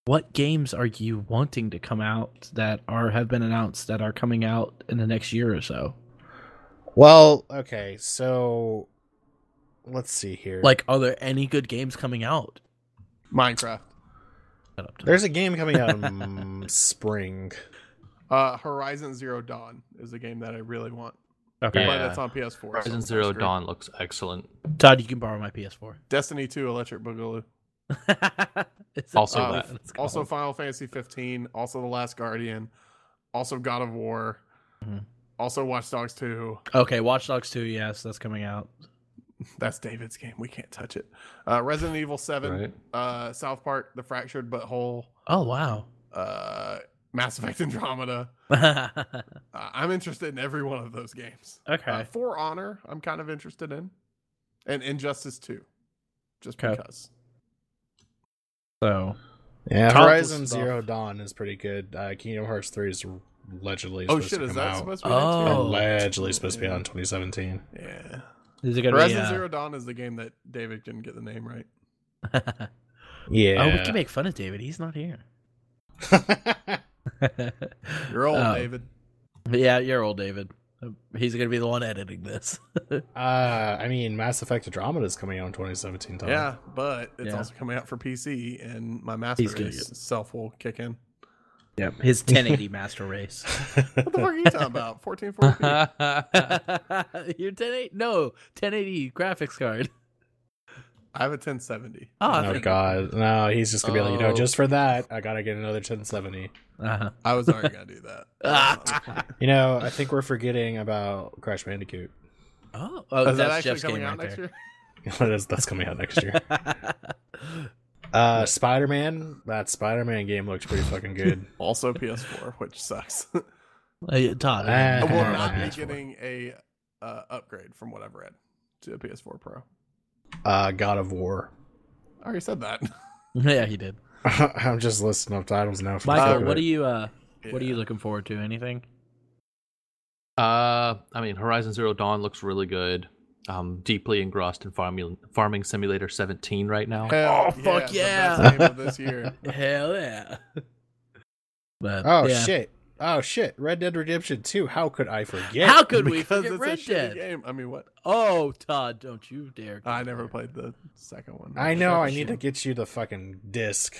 [SPEAKER 4] what games are you wanting to come out that are have been announced that are coming out in the next year or so?
[SPEAKER 1] well, okay, so let's see here.
[SPEAKER 4] Like, are there any good games coming out?
[SPEAKER 3] Minecraft.
[SPEAKER 4] Shut up.
[SPEAKER 1] there's a game coming out in mm, spring.
[SPEAKER 3] Uh, Horizon Zero Dawn is a game that I really want.
[SPEAKER 4] Okay,
[SPEAKER 3] But
[SPEAKER 2] Yeah.
[SPEAKER 3] it's on PS4. so
[SPEAKER 2] Horizon
[SPEAKER 3] that's
[SPEAKER 2] Zero
[SPEAKER 3] great.
[SPEAKER 2] Dawn looks excellent.
[SPEAKER 4] Todd, you can borrow my PS4.
[SPEAKER 3] Destiny 2 Electric Boogaloo.
[SPEAKER 4] It's-
[SPEAKER 2] Also
[SPEAKER 3] Uh,
[SPEAKER 2] that.
[SPEAKER 3] Also Final Fantasy 15, also The Last Guardian, also God of War,
[SPEAKER 2] Mm-hmm.
[SPEAKER 4] Mhm.
[SPEAKER 3] also Watch Dogs 2.
[SPEAKER 4] Okay, Watch Dogs 2, yes, that's coming out.
[SPEAKER 3] That's David's game. We can't touch it. Uh, Resident Evil 7,
[SPEAKER 2] Right.
[SPEAKER 3] uh, South Park, The Fractured But Whole,
[SPEAKER 4] Oh, wow.
[SPEAKER 3] uh, Mass Effect Andromeda.
[SPEAKER 4] okay.
[SPEAKER 3] Uh, I'm interested in every one of those games. Uh, For Honor, I'm kind of interested in, and Injustice 2, just
[SPEAKER 4] Okay.
[SPEAKER 3] because.
[SPEAKER 4] So,
[SPEAKER 1] Yeah,
[SPEAKER 4] Tons of
[SPEAKER 1] Horizon
[SPEAKER 4] stuff.
[SPEAKER 1] Zero Dawn is pretty good. Uh, Kingdom Hearts Three is allegedly
[SPEAKER 3] Oh
[SPEAKER 1] supposed
[SPEAKER 3] shit!
[SPEAKER 1] to
[SPEAKER 3] Is
[SPEAKER 1] come
[SPEAKER 3] that
[SPEAKER 1] out.
[SPEAKER 3] supposed to be? next year?
[SPEAKER 4] Oh.
[SPEAKER 1] allegedly supposed to be out in 2017.
[SPEAKER 3] Yeah.
[SPEAKER 4] is it going to be.
[SPEAKER 3] Horizon
[SPEAKER 4] Uh,
[SPEAKER 3] Zero Dawn is the game that David couldn't get the name right.
[SPEAKER 1] Yeah.
[SPEAKER 4] Oh, we can make fun of David. He's not here.
[SPEAKER 3] You're old,
[SPEAKER 4] Oh,
[SPEAKER 3] David.
[SPEAKER 4] Yeah, you're old, David. He's going to be the one editing this.
[SPEAKER 1] uh, I mean, Mass Effect Andromeda is coming out in 2017. Tom.
[SPEAKER 3] Yeah, but it's
[SPEAKER 4] Yeah.
[SPEAKER 3] also coming out for PC, and my
[SPEAKER 4] He's
[SPEAKER 3] master
[SPEAKER 4] gonna
[SPEAKER 3] race self will kick in.
[SPEAKER 4] Yep. His 1080 master race.
[SPEAKER 3] What the fuck are you talking about? 1440p.
[SPEAKER 4] Your 1080 no 1080 graphics card.
[SPEAKER 3] I have a 1070.
[SPEAKER 4] Oh, I
[SPEAKER 1] oh
[SPEAKER 4] think-
[SPEAKER 1] god, no! He's just gonna be like, you know,
[SPEAKER 2] Oh.
[SPEAKER 1] just for that, I gotta get another 1070.
[SPEAKER 4] Uh-huh.
[SPEAKER 3] I was already gonna do that.
[SPEAKER 4] Ah.
[SPEAKER 1] You know, I think we're forgetting about Crash Bandicoot.
[SPEAKER 4] Oh, oh, that's
[SPEAKER 3] is that actually
[SPEAKER 4] Jeff's
[SPEAKER 3] coming
[SPEAKER 4] game
[SPEAKER 3] out
[SPEAKER 4] right
[SPEAKER 3] next
[SPEAKER 4] there.
[SPEAKER 3] year?
[SPEAKER 1] that is, that's coming out next year. Uh, Spider Man. That Spider Man game looked pretty fucking good.
[SPEAKER 3] Also PS4, which sucks.
[SPEAKER 4] Uh, Todd,
[SPEAKER 1] Ah.
[SPEAKER 3] I will
[SPEAKER 1] Yeah,
[SPEAKER 3] not be
[SPEAKER 1] PS4.
[SPEAKER 3] getting a uh, upgrade from what I've read to a PS4 Pro.
[SPEAKER 1] Uh, God of War.
[SPEAKER 3] I already said that.
[SPEAKER 4] yeah, he did.
[SPEAKER 1] I'm just listing up titles now. For the
[SPEAKER 4] Michael,
[SPEAKER 1] fuck of
[SPEAKER 4] what
[SPEAKER 1] it.
[SPEAKER 4] are you? Uh, What are
[SPEAKER 3] Yeah.
[SPEAKER 4] you looking forward to? Anything?
[SPEAKER 2] Uh, I mean, Horizon Zero Dawn looks really good. I'm deeply engrossed in farming Farming Simulator 17 right now.
[SPEAKER 3] Hell,
[SPEAKER 4] Oh, fuck
[SPEAKER 3] the best game of this year.
[SPEAKER 4] Hell yeah! But
[SPEAKER 1] Oh
[SPEAKER 4] yeah.
[SPEAKER 1] shit! Oh shit! Red Dead Redemption 2. How could I forget?
[SPEAKER 4] How could we
[SPEAKER 3] Because
[SPEAKER 4] forget
[SPEAKER 3] it's
[SPEAKER 4] Red
[SPEAKER 3] a shitty
[SPEAKER 4] Dead?
[SPEAKER 3] game. I mean, what?
[SPEAKER 4] Oh, Todd, don't you dare! go
[SPEAKER 3] I never
[SPEAKER 4] there.
[SPEAKER 3] played the second one.
[SPEAKER 1] I know. I need to
[SPEAKER 4] Shit.
[SPEAKER 1] get you the fucking disc.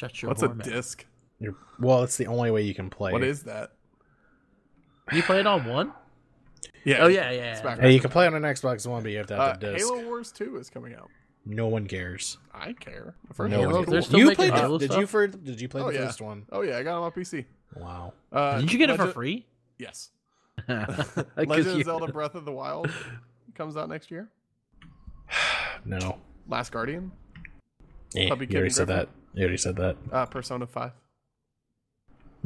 [SPEAKER 4] Shut your
[SPEAKER 3] What's a
[SPEAKER 4] whore mouth.
[SPEAKER 3] disc?
[SPEAKER 1] You're, well, it's the only way you can play.
[SPEAKER 3] What is that?
[SPEAKER 4] oh, You played on one?
[SPEAKER 3] Yeah.
[SPEAKER 4] Oh yeah, yeah.
[SPEAKER 3] It's
[SPEAKER 4] yeah.
[SPEAKER 3] back.
[SPEAKER 1] Hey, you can play on an Xbox One, but you have to
[SPEAKER 3] Uh,
[SPEAKER 1] have the disc.
[SPEAKER 3] Halo Wars 2 is coming out.
[SPEAKER 1] No one cares.
[SPEAKER 3] I care. The first
[SPEAKER 1] No
[SPEAKER 3] one
[SPEAKER 1] one
[SPEAKER 3] was
[SPEAKER 1] cares.
[SPEAKER 4] they're
[SPEAKER 3] cool.
[SPEAKER 4] still
[SPEAKER 1] you
[SPEAKER 4] making
[SPEAKER 1] played? The,
[SPEAKER 4] Halo
[SPEAKER 1] did you
[SPEAKER 4] stuff?
[SPEAKER 1] for? Did you play
[SPEAKER 3] Oh,
[SPEAKER 1] the
[SPEAKER 3] yeah.
[SPEAKER 1] first one?
[SPEAKER 3] Oh yeah, I got it on my PC.
[SPEAKER 1] Wow.
[SPEAKER 3] Uh,
[SPEAKER 4] Didn't you get it for
[SPEAKER 3] Legend-
[SPEAKER 4] free?
[SPEAKER 3] Yes.
[SPEAKER 4] 'Cause
[SPEAKER 3] Legend of
[SPEAKER 4] you-
[SPEAKER 3] Zelda Breath of the Wild comes out next year.
[SPEAKER 1] No.
[SPEAKER 3] Last Guardian,
[SPEAKER 1] Eh, you
[SPEAKER 3] Puppy
[SPEAKER 1] already
[SPEAKER 3] Kid and
[SPEAKER 1] said that.
[SPEAKER 3] Griffin.
[SPEAKER 1] You already said that.
[SPEAKER 3] uh, Persona 5,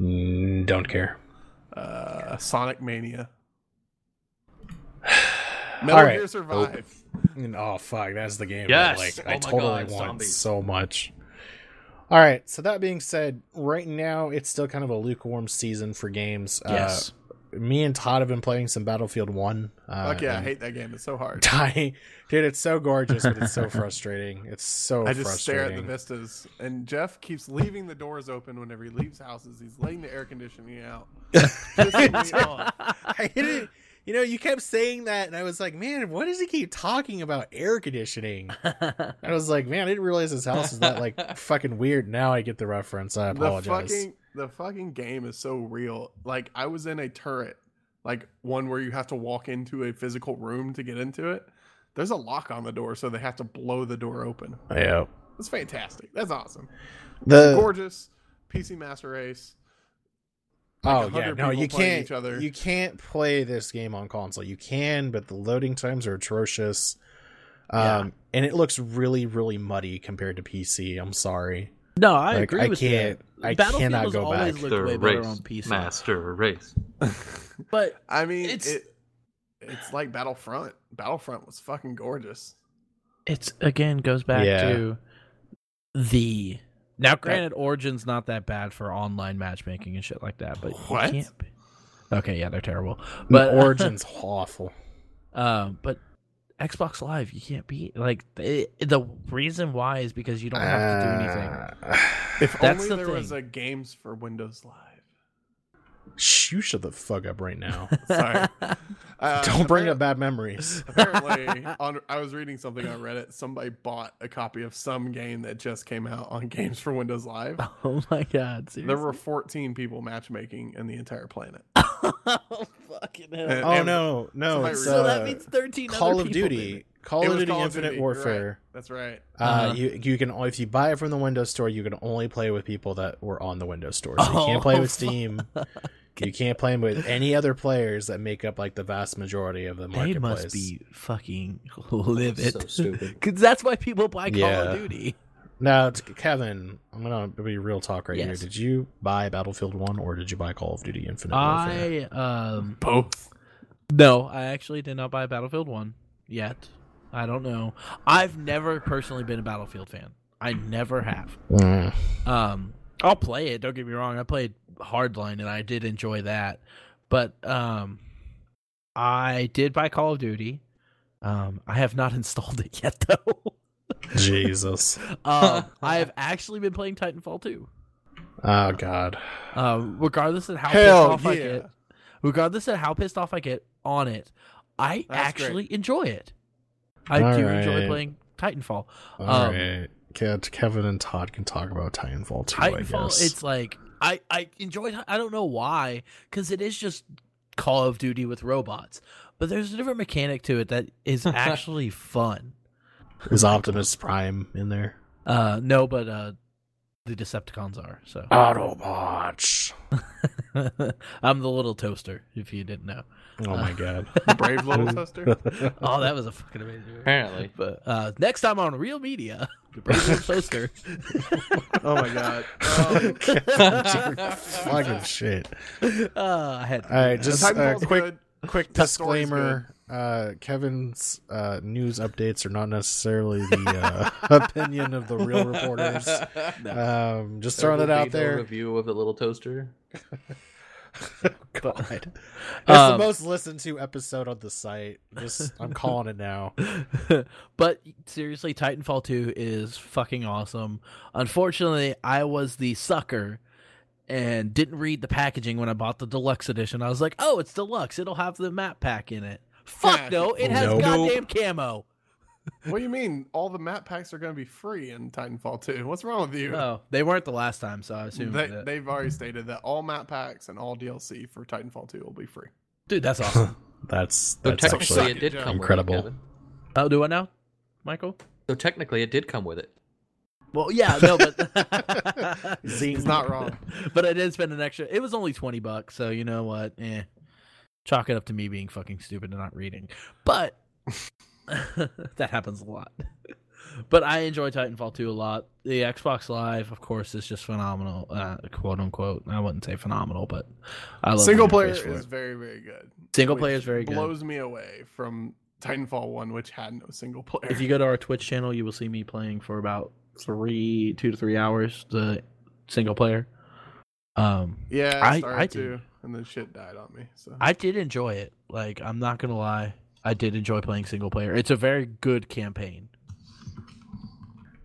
[SPEAKER 1] Mm, don't care.
[SPEAKER 3] uh, Sonic Mania, Metal
[SPEAKER 1] All right. Oh,
[SPEAKER 3] Gear Survive.
[SPEAKER 1] And- Oh fuck, that's the game.
[SPEAKER 2] Yes!
[SPEAKER 1] That, like
[SPEAKER 2] Oh
[SPEAKER 1] I
[SPEAKER 2] my
[SPEAKER 1] totally
[SPEAKER 2] God,
[SPEAKER 1] want
[SPEAKER 2] zombies.
[SPEAKER 1] so much. All right. So that being said, right now it's still kind of a lukewarm season for games.
[SPEAKER 4] yes.
[SPEAKER 1] Uh, me and Todd have been playing some Battlefield One. Uh,
[SPEAKER 3] Fuck yeah, I
[SPEAKER 1] and
[SPEAKER 3] hate that game. It's so hard.
[SPEAKER 1] dying, dude. It's so gorgeous, but it's so frustrating. It's so
[SPEAKER 3] I just stare at
[SPEAKER 1] frustrating.
[SPEAKER 3] the vistas, and Jeff keeps leaving the doors open whenever he leaves houses. He's letting the air conditioning out. Pissing me
[SPEAKER 1] Uh,
[SPEAKER 3] off.
[SPEAKER 1] I didn't. You know, you kept saying that, and I was like, man, what does he keep talking about air conditioning? I was like, man, I didn't realize this house is that like fucking weird. Now I get the reference. I
[SPEAKER 3] The
[SPEAKER 1] apologize.
[SPEAKER 3] fucking the fucking game is so real. Like I was in a turret, like one where you have to walk into a physical room to get into it. There's a lock on the door, so they have to blow the door open.
[SPEAKER 1] Yeah.
[SPEAKER 3] That's fantastic. That's awesome.
[SPEAKER 1] The
[SPEAKER 3] Gorgeous. PC Master Race.
[SPEAKER 1] oh
[SPEAKER 3] like
[SPEAKER 1] yeah,
[SPEAKER 3] 100
[SPEAKER 1] no,
[SPEAKER 3] people
[SPEAKER 1] you
[SPEAKER 3] playing
[SPEAKER 1] can't.
[SPEAKER 3] each other.
[SPEAKER 1] You can't play this game on console. You can, but the loading times are atrocious. Um, and it looks really, really muddy compared to PC. I'm sorry.
[SPEAKER 4] no, I
[SPEAKER 1] Like,
[SPEAKER 4] agree
[SPEAKER 1] I
[SPEAKER 4] with
[SPEAKER 1] can't-
[SPEAKER 4] you.
[SPEAKER 1] I
[SPEAKER 4] Battlefield
[SPEAKER 1] cannot
[SPEAKER 4] has
[SPEAKER 1] go
[SPEAKER 4] always
[SPEAKER 1] back.
[SPEAKER 4] looked
[SPEAKER 2] Master
[SPEAKER 4] way better on
[SPEAKER 2] race,
[SPEAKER 4] PC.
[SPEAKER 2] master race.
[SPEAKER 4] But
[SPEAKER 3] I mean,
[SPEAKER 4] It's-
[SPEAKER 3] it, it's like Battlefront. Battlefront was fucking gorgeous.
[SPEAKER 4] it's again goes back
[SPEAKER 1] Yeah.
[SPEAKER 4] to the now granted origin's not that bad for online matchmaking and shit like that but you
[SPEAKER 3] What?
[SPEAKER 4] can't be- okay yeah they're terrible
[SPEAKER 1] But
[SPEAKER 4] but
[SPEAKER 1] Origin's awful.
[SPEAKER 4] um but xbox live you can't be like it, the reason why is because you don't have to do anything
[SPEAKER 1] anything.
[SPEAKER 3] If
[SPEAKER 4] That's
[SPEAKER 3] only
[SPEAKER 4] the
[SPEAKER 3] there was
[SPEAKER 4] thing.
[SPEAKER 3] a games for Windows Live.
[SPEAKER 1] Shh, you shut the fuck up right now. Ah,
[SPEAKER 3] Sorry. Uh,
[SPEAKER 1] Don't bring up
[SPEAKER 3] apparent-
[SPEAKER 1] bad memories.
[SPEAKER 3] Apparently, on, I was reading something on Reddit. Somebody bought a copy of some game that just came out on Games for Windows Live.
[SPEAKER 4] oh my god seriously.
[SPEAKER 3] There were 14 people matchmaking in the entire planet.
[SPEAKER 4] oh fucking hell
[SPEAKER 3] Uh,
[SPEAKER 1] Oh
[SPEAKER 3] And-
[SPEAKER 1] no, no.
[SPEAKER 3] Somebody
[SPEAKER 1] It's,
[SPEAKER 3] read it.
[SPEAKER 4] so
[SPEAKER 1] uh,
[SPEAKER 4] that means 13
[SPEAKER 1] Call
[SPEAKER 4] other
[SPEAKER 1] of
[SPEAKER 4] people
[SPEAKER 1] Duty. Call
[SPEAKER 3] It
[SPEAKER 1] of
[SPEAKER 3] was
[SPEAKER 1] Duty
[SPEAKER 3] Call of
[SPEAKER 1] Infinite
[SPEAKER 3] Duty, you're right.
[SPEAKER 1] Warfare.
[SPEAKER 3] That's right.
[SPEAKER 1] Uh,
[SPEAKER 4] Uh-huh.
[SPEAKER 1] you you can only if you buy it from the Windows Store, you can only play with people that were on the Windows Store. So you can't play
[SPEAKER 4] Oh,
[SPEAKER 1] with Steam. You can't play with any other players that make up like the vast majority of the
[SPEAKER 4] They
[SPEAKER 1] marketplace.
[SPEAKER 4] must be fucking livid.
[SPEAKER 2] So stupid.
[SPEAKER 4] Cause that's why people buy Call
[SPEAKER 1] Yeah.
[SPEAKER 4] of Duty.
[SPEAKER 1] Now, t- Kevin, I'm gonna be real talk right here.
[SPEAKER 4] Yes.
[SPEAKER 1] Did you buy Battlefield One or did you buy Call of Duty Infinite Warfare?
[SPEAKER 4] I um
[SPEAKER 3] Both.
[SPEAKER 4] no, I actually did not buy Battlefield One yet. I don't know. I've never personally been a Battlefield fan. I never have.
[SPEAKER 1] Mm.
[SPEAKER 4] Um, I'll play it. Don't get me wrong. I played Hardline and I did enjoy that, but um, I did buy Call of Duty. Um, I have not installed it yet though.
[SPEAKER 1] Jesus.
[SPEAKER 4] um, I have actually been playing Titanfall 2.
[SPEAKER 1] Oh God.
[SPEAKER 4] Uh, regardless of how
[SPEAKER 3] Hell
[SPEAKER 4] pissed off I
[SPEAKER 3] yeah.
[SPEAKER 4] get, regardless of how pissed off I get on it, I
[SPEAKER 3] That's
[SPEAKER 4] actually enjoy it. I
[SPEAKER 1] All
[SPEAKER 4] do
[SPEAKER 1] right. Oh,
[SPEAKER 4] enjoy playing Titanfall.
[SPEAKER 1] All
[SPEAKER 4] Um,
[SPEAKER 1] right. Ke- Kevin and Todd can talk about Titanfall too. I
[SPEAKER 4] Titanfall,
[SPEAKER 1] guess.
[SPEAKER 4] it's like I I enjoy. Ti- I don't know why, because it is just Call of Duty with robots. But there's a different mechanic to it that is actually fun.
[SPEAKER 1] is Optimus Prime in there?
[SPEAKER 4] Uh, no, but uh, the Decepticons are so.
[SPEAKER 1] Autobots.
[SPEAKER 4] I'm the little toaster. If you didn't know.
[SPEAKER 1] Oh my God.
[SPEAKER 3] The Brave little sister.
[SPEAKER 4] Oh, that was a fucking amazing. movie.
[SPEAKER 2] Apparently.
[SPEAKER 4] But uh, next time on Real Media, the Brave Little Toaster.
[SPEAKER 3] Oh my god. Oh.
[SPEAKER 1] Fucking shit.
[SPEAKER 4] uh, I had
[SPEAKER 1] All right, just uh,
[SPEAKER 3] Titanfall's
[SPEAKER 1] quick
[SPEAKER 3] good.
[SPEAKER 1] quick
[SPEAKER 3] The story's
[SPEAKER 1] disclaimer. Uh, Kevin's uh, news updates are not necessarily the uh, opinion of the real reporters. Um, just throwing it
[SPEAKER 2] will be
[SPEAKER 1] out
[SPEAKER 2] no
[SPEAKER 1] there.
[SPEAKER 2] Review of the little toaster.
[SPEAKER 1] God. It's the
[SPEAKER 4] Um,
[SPEAKER 1] most listened to episode on the site. Just I'm calling it now.
[SPEAKER 4] but seriously, Titanfall 2 is fucking awesome. Unfortunately, I was the sucker and didn't read the packaging when I bought the deluxe edition. I was like, oh, it's deluxe. It'll have the map pack in it. Fuck no, it has
[SPEAKER 1] Nope.
[SPEAKER 4] goddamn camo.
[SPEAKER 3] What do you mean? All the map packs are going to be free in Titanfall 2. What's wrong with you?
[SPEAKER 4] Oh, they weren't the last time, so I assume.
[SPEAKER 3] they,
[SPEAKER 4] that-
[SPEAKER 3] They've already stated that all map packs and all DLC for Titanfall 2 will be free.
[SPEAKER 4] Dude, that's awesome.
[SPEAKER 1] That's
[SPEAKER 2] So
[SPEAKER 1] that's
[SPEAKER 2] technically,
[SPEAKER 1] actually
[SPEAKER 2] it did
[SPEAKER 3] Yeah.
[SPEAKER 2] come
[SPEAKER 1] Incredible.
[SPEAKER 2] with it. Kevin.
[SPEAKER 4] oh, do I now, Michael?
[SPEAKER 2] So technically, it did come with it.
[SPEAKER 4] Well, yeah, no, but
[SPEAKER 3] He's not wrong.
[SPEAKER 4] but I did spend an extra. It was only twenty bucks, so you know what? Eh, chalk it up to me being fucking stupid and not reading. But that happens a lot. But I enjoy Titanfall 2 a lot. The Xbox Live, of course, is just phenomenal, uh, quote unquote. I wouldn't say phenomenal, but I love the
[SPEAKER 3] Single player
[SPEAKER 4] interface for
[SPEAKER 3] is
[SPEAKER 4] it.
[SPEAKER 3] very, very good.
[SPEAKER 4] Single
[SPEAKER 3] which
[SPEAKER 4] player is very good.
[SPEAKER 3] blows me away from Titanfall 1, which had no single player.
[SPEAKER 4] If you go to our Twitch channel, you will see me playing for about three, two to three hours the single player. Um,
[SPEAKER 3] yeah, I,
[SPEAKER 4] I-
[SPEAKER 3] started
[SPEAKER 4] I
[SPEAKER 3] too,
[SPEAKER 4] did.
[SPEAKER 3] and then shit died on me. So
[SPEAKER 4] I did enjoy it. Like I'm not gonna lie, I did enjoy playing single player. It's a very good campaign.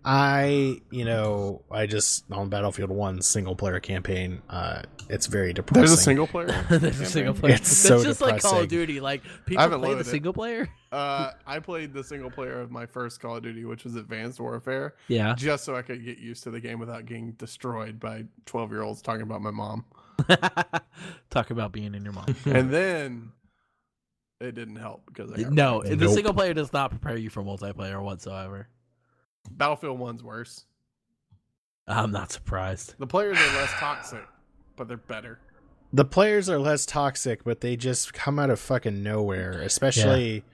[SPEAKER 1] I, you know, I just on Battlefield One single player campaign. Uh, it's very depressing.
[SPEAKER 3] There's a single player.
[SPEAKER 4] There's a single player.
[SPEAKER 1] It's so
[SPEAKER 4] just like Call
[SPEAKER 1] depressing.
[SPEAKER 4] of Duty. Like
[SPEAKER 3] I
[SPEAKER 4] people
[SPEAKER 3] haven't
[SPEAKER 4] play the
[SPEAKER 3] loaded it.
[SPEAKER 4] single player.
[SPEAKER 3] uh, I played the single player of my first Call of Duty, which was Advanced Warfare,
[SPEAKER 4] Yeah.
[SPEAKER 3] just so I could get used to the game without getting destroyed by 12 year olds talking about my mom.
[SPEAKER 4] Talk about being in your mom.
[SPEAKER 3] and then it didn't help because I got
[SPEAKER 4] no,
[SPEAKER 3] rejected.
[SPEAKER 4] the
[SPEAKER 1] Nope.
[SPEAKER 4] single player does not prepare you for multiplayer whatsoever.
[SPEAKER 3] Battlefield One's worse.
[SPEAKER 4] I'm not surprised.
[SPEAKER 3] The players are less toxic, but they're better.
[SPEAKER 1] the players are less toxic, but they just come out of fucking nowhere. Especially,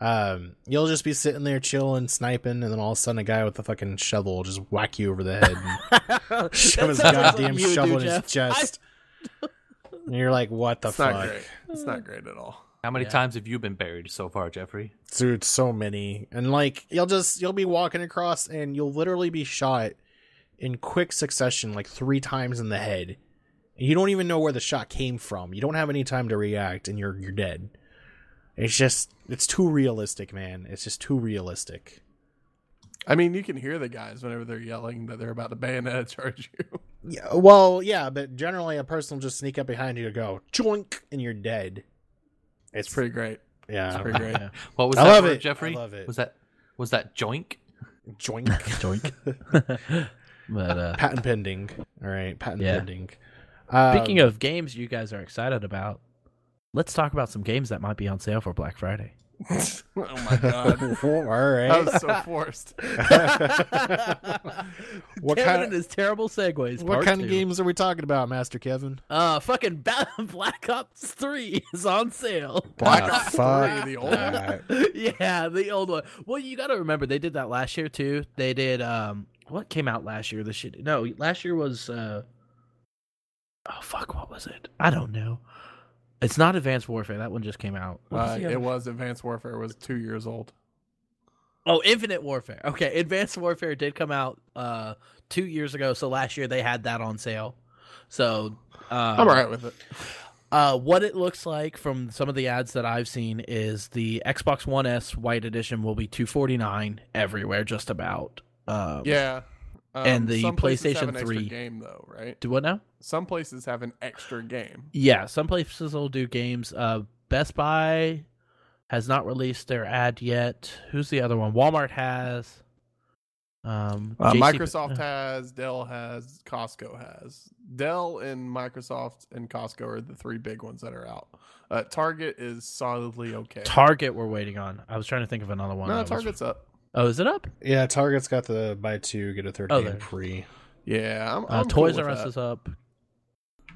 [SPEAKER 1] um, you'll just be sitting there chilling, sniping, and then all of a sudden, a guy with a fucking shovel will just whack you over the head, and
[SPEAKER 4] That
[SPEAKER 1] shove his
[SPEAKER 4] sounds like
[SPEAKER 1] goddamn
[SPEAKER 4] you would
[SPEAKER 1] shovel
[SPEAKER 4] do,
[SPEAKER 1] in his
[SPEAKER 4] Jeff.
[SPEAKER 1] chest. And you're like, what the
[SPEAKER 3] it's not
[SPEAKER 1] fuck?
[SPEAKER 3] great. It's not great at all.
[SPEAKER 2] How many
[SPEAKER 4] Yeah.
[SPEAKER 2] times have you been buried so far, Jeffrey?
[SPEAKER 1] Dude, so many, and like you'll just you'll be walking across, and you'll literally be shot in quick succession, like three times in the head. You don't even know where the shot came from. You don't have any time to react, and you're you're dead. It's just it's too realistic, man. It's just too realistic.
[SPEAKER 3] I mean, you can hear the guys whenever they're yelling that they're about to bayonet charge you.
[SPEAKER 1] Yeah, well, yeah, but generally a person will just sneak up behind you to go choink, and you're dead. It's
[SPEAKER 3] It's pretty great. It's
[SPEAKER 1] yeah,
[SPEAKER 3] pretty great.
[SPEAKER 4] Yeah.
[SPEAKER 2] What was
[SPEAKER 1] I
[SPEAKER 2] that
[SPEAKER 1] love
[SPEAKER 2] word,
[SPEAKER 1] it. I
[SPEAKER 2] Jeffrey?
[SPEAKER 1] love it.
[SPEAKER 2] Was that was that joink?
[SPEAKER 1] joink, joink.
[SPEAKER 4] but uh,
[SPEAKER 1] patent pending. All right, patent
[SPEAKER 4] Yeah.
[SPEAKER 1] pending. Um,
[SPEAKER 4] Speaking of games you guys are excited about, let's talk about some games that might be on sale for Black Friday.
[SPEAKER 3] oh my god.
[SPEAKER 1] All
[SPEAKER 3] That
[SPEAKER 1] right.
[SPEAKER 3] was so forced.
[SPEAKER 1] What
[SPEAKER 4] what
[SPEAKER 1] kind
[SPEAKER 4] kind
[SPEAKER 1] of-
[SPEAKER 4] of is terrible segues?
[SPEAKER 1] What
[SPEAKER 4] part
[SPEAKER 1] kind
[SPEAKER 4] two.
[SPEAKER 1] of games are we talking about, Master Kevin?
[SPEAKER 4] Uh, fucking Ba- Black Ops Three is on sale.
[SPEAKER 3] Black
[SPEAKER 1] Ah,
[SPEAKER 3] Ops
[SPEAKER 1] fuck
[SPEAKER 3] 3, the old one?
[SPEAKER 1] that.
[SPEAKER 4] yeah, the old one. Well, you got to remember they did that last year too. They did um what came out last year? The shit. No, last year was uh Oh fuck, what was it? I don't know. It's not Advanced Warfare. That one just came out. What was
[SPEAKER 3] Uh,
[SPEAKER 4] the other-
[SPEAKER 3] it was Advanced Warfare was two years old.
[SPEAKER 4] oh, Infinite Warfare. Okay, Advanced Warfare did come out uh 2 years ago, so last year they had that on sale. So uh
[SPEAKER 3] I'm all right with it.
[SPEAKER 4] Uh, what it looks like from some of the ads that I've seen is the Xbox One S White Edition will be 249 everywhere, just about. Um,
[SPEAKER 3] Yeah. Um,
[SPEAKER 4] And the
[SPEAKER 3] some places have
[SPEAKER 4] PlayStation
[SPEAKER 3] an extra
[SPEAKER 4] 3.
[SPEAKER 3] game though, right?
[SPEAKER 4] Do what now?
[SPEAKER 3] Some places have an extra game.
[SPEAKER 4] Yeah, some places will do games. Uh, Best Buy has not released their ad yet. Who's the other one? Walmart has. Um,
[SPEAKER 3] Uh,
[SPEAKER 4] JC
[SPEAKER 3] Microsoft has, Dell has, Costco has. Dell and Microsoft and Costco are the three big ones that are out. Uh, Target is solidly okay.
[SPEAKER 4] Target. We're waiting on. I was trying to think of another one. that
[SPEAKER 3] no,
[SPEAKER 4] was-
[SPEAKER 3] Target's up.
[SPEAKER 4] Oh, is it up?
[SPEAKER 1] Yeah, Target's got the buy two get a third
[SPEAKER 4] Oh,
[SPEAKER 1] game
[SPEAKER 4] there.
[SPEAKER 1] free.
[SPEAKER 3] Yeah, I'm, I'm
[SPEAKER 4] Uh,
[SPEAKER 3] cool
[SPEAKER 4] Toys
[SPEAKER 3] with
[SPEAKER 4] R Us
[SPEAKER 3] that.
[SPEAKER 4] is up.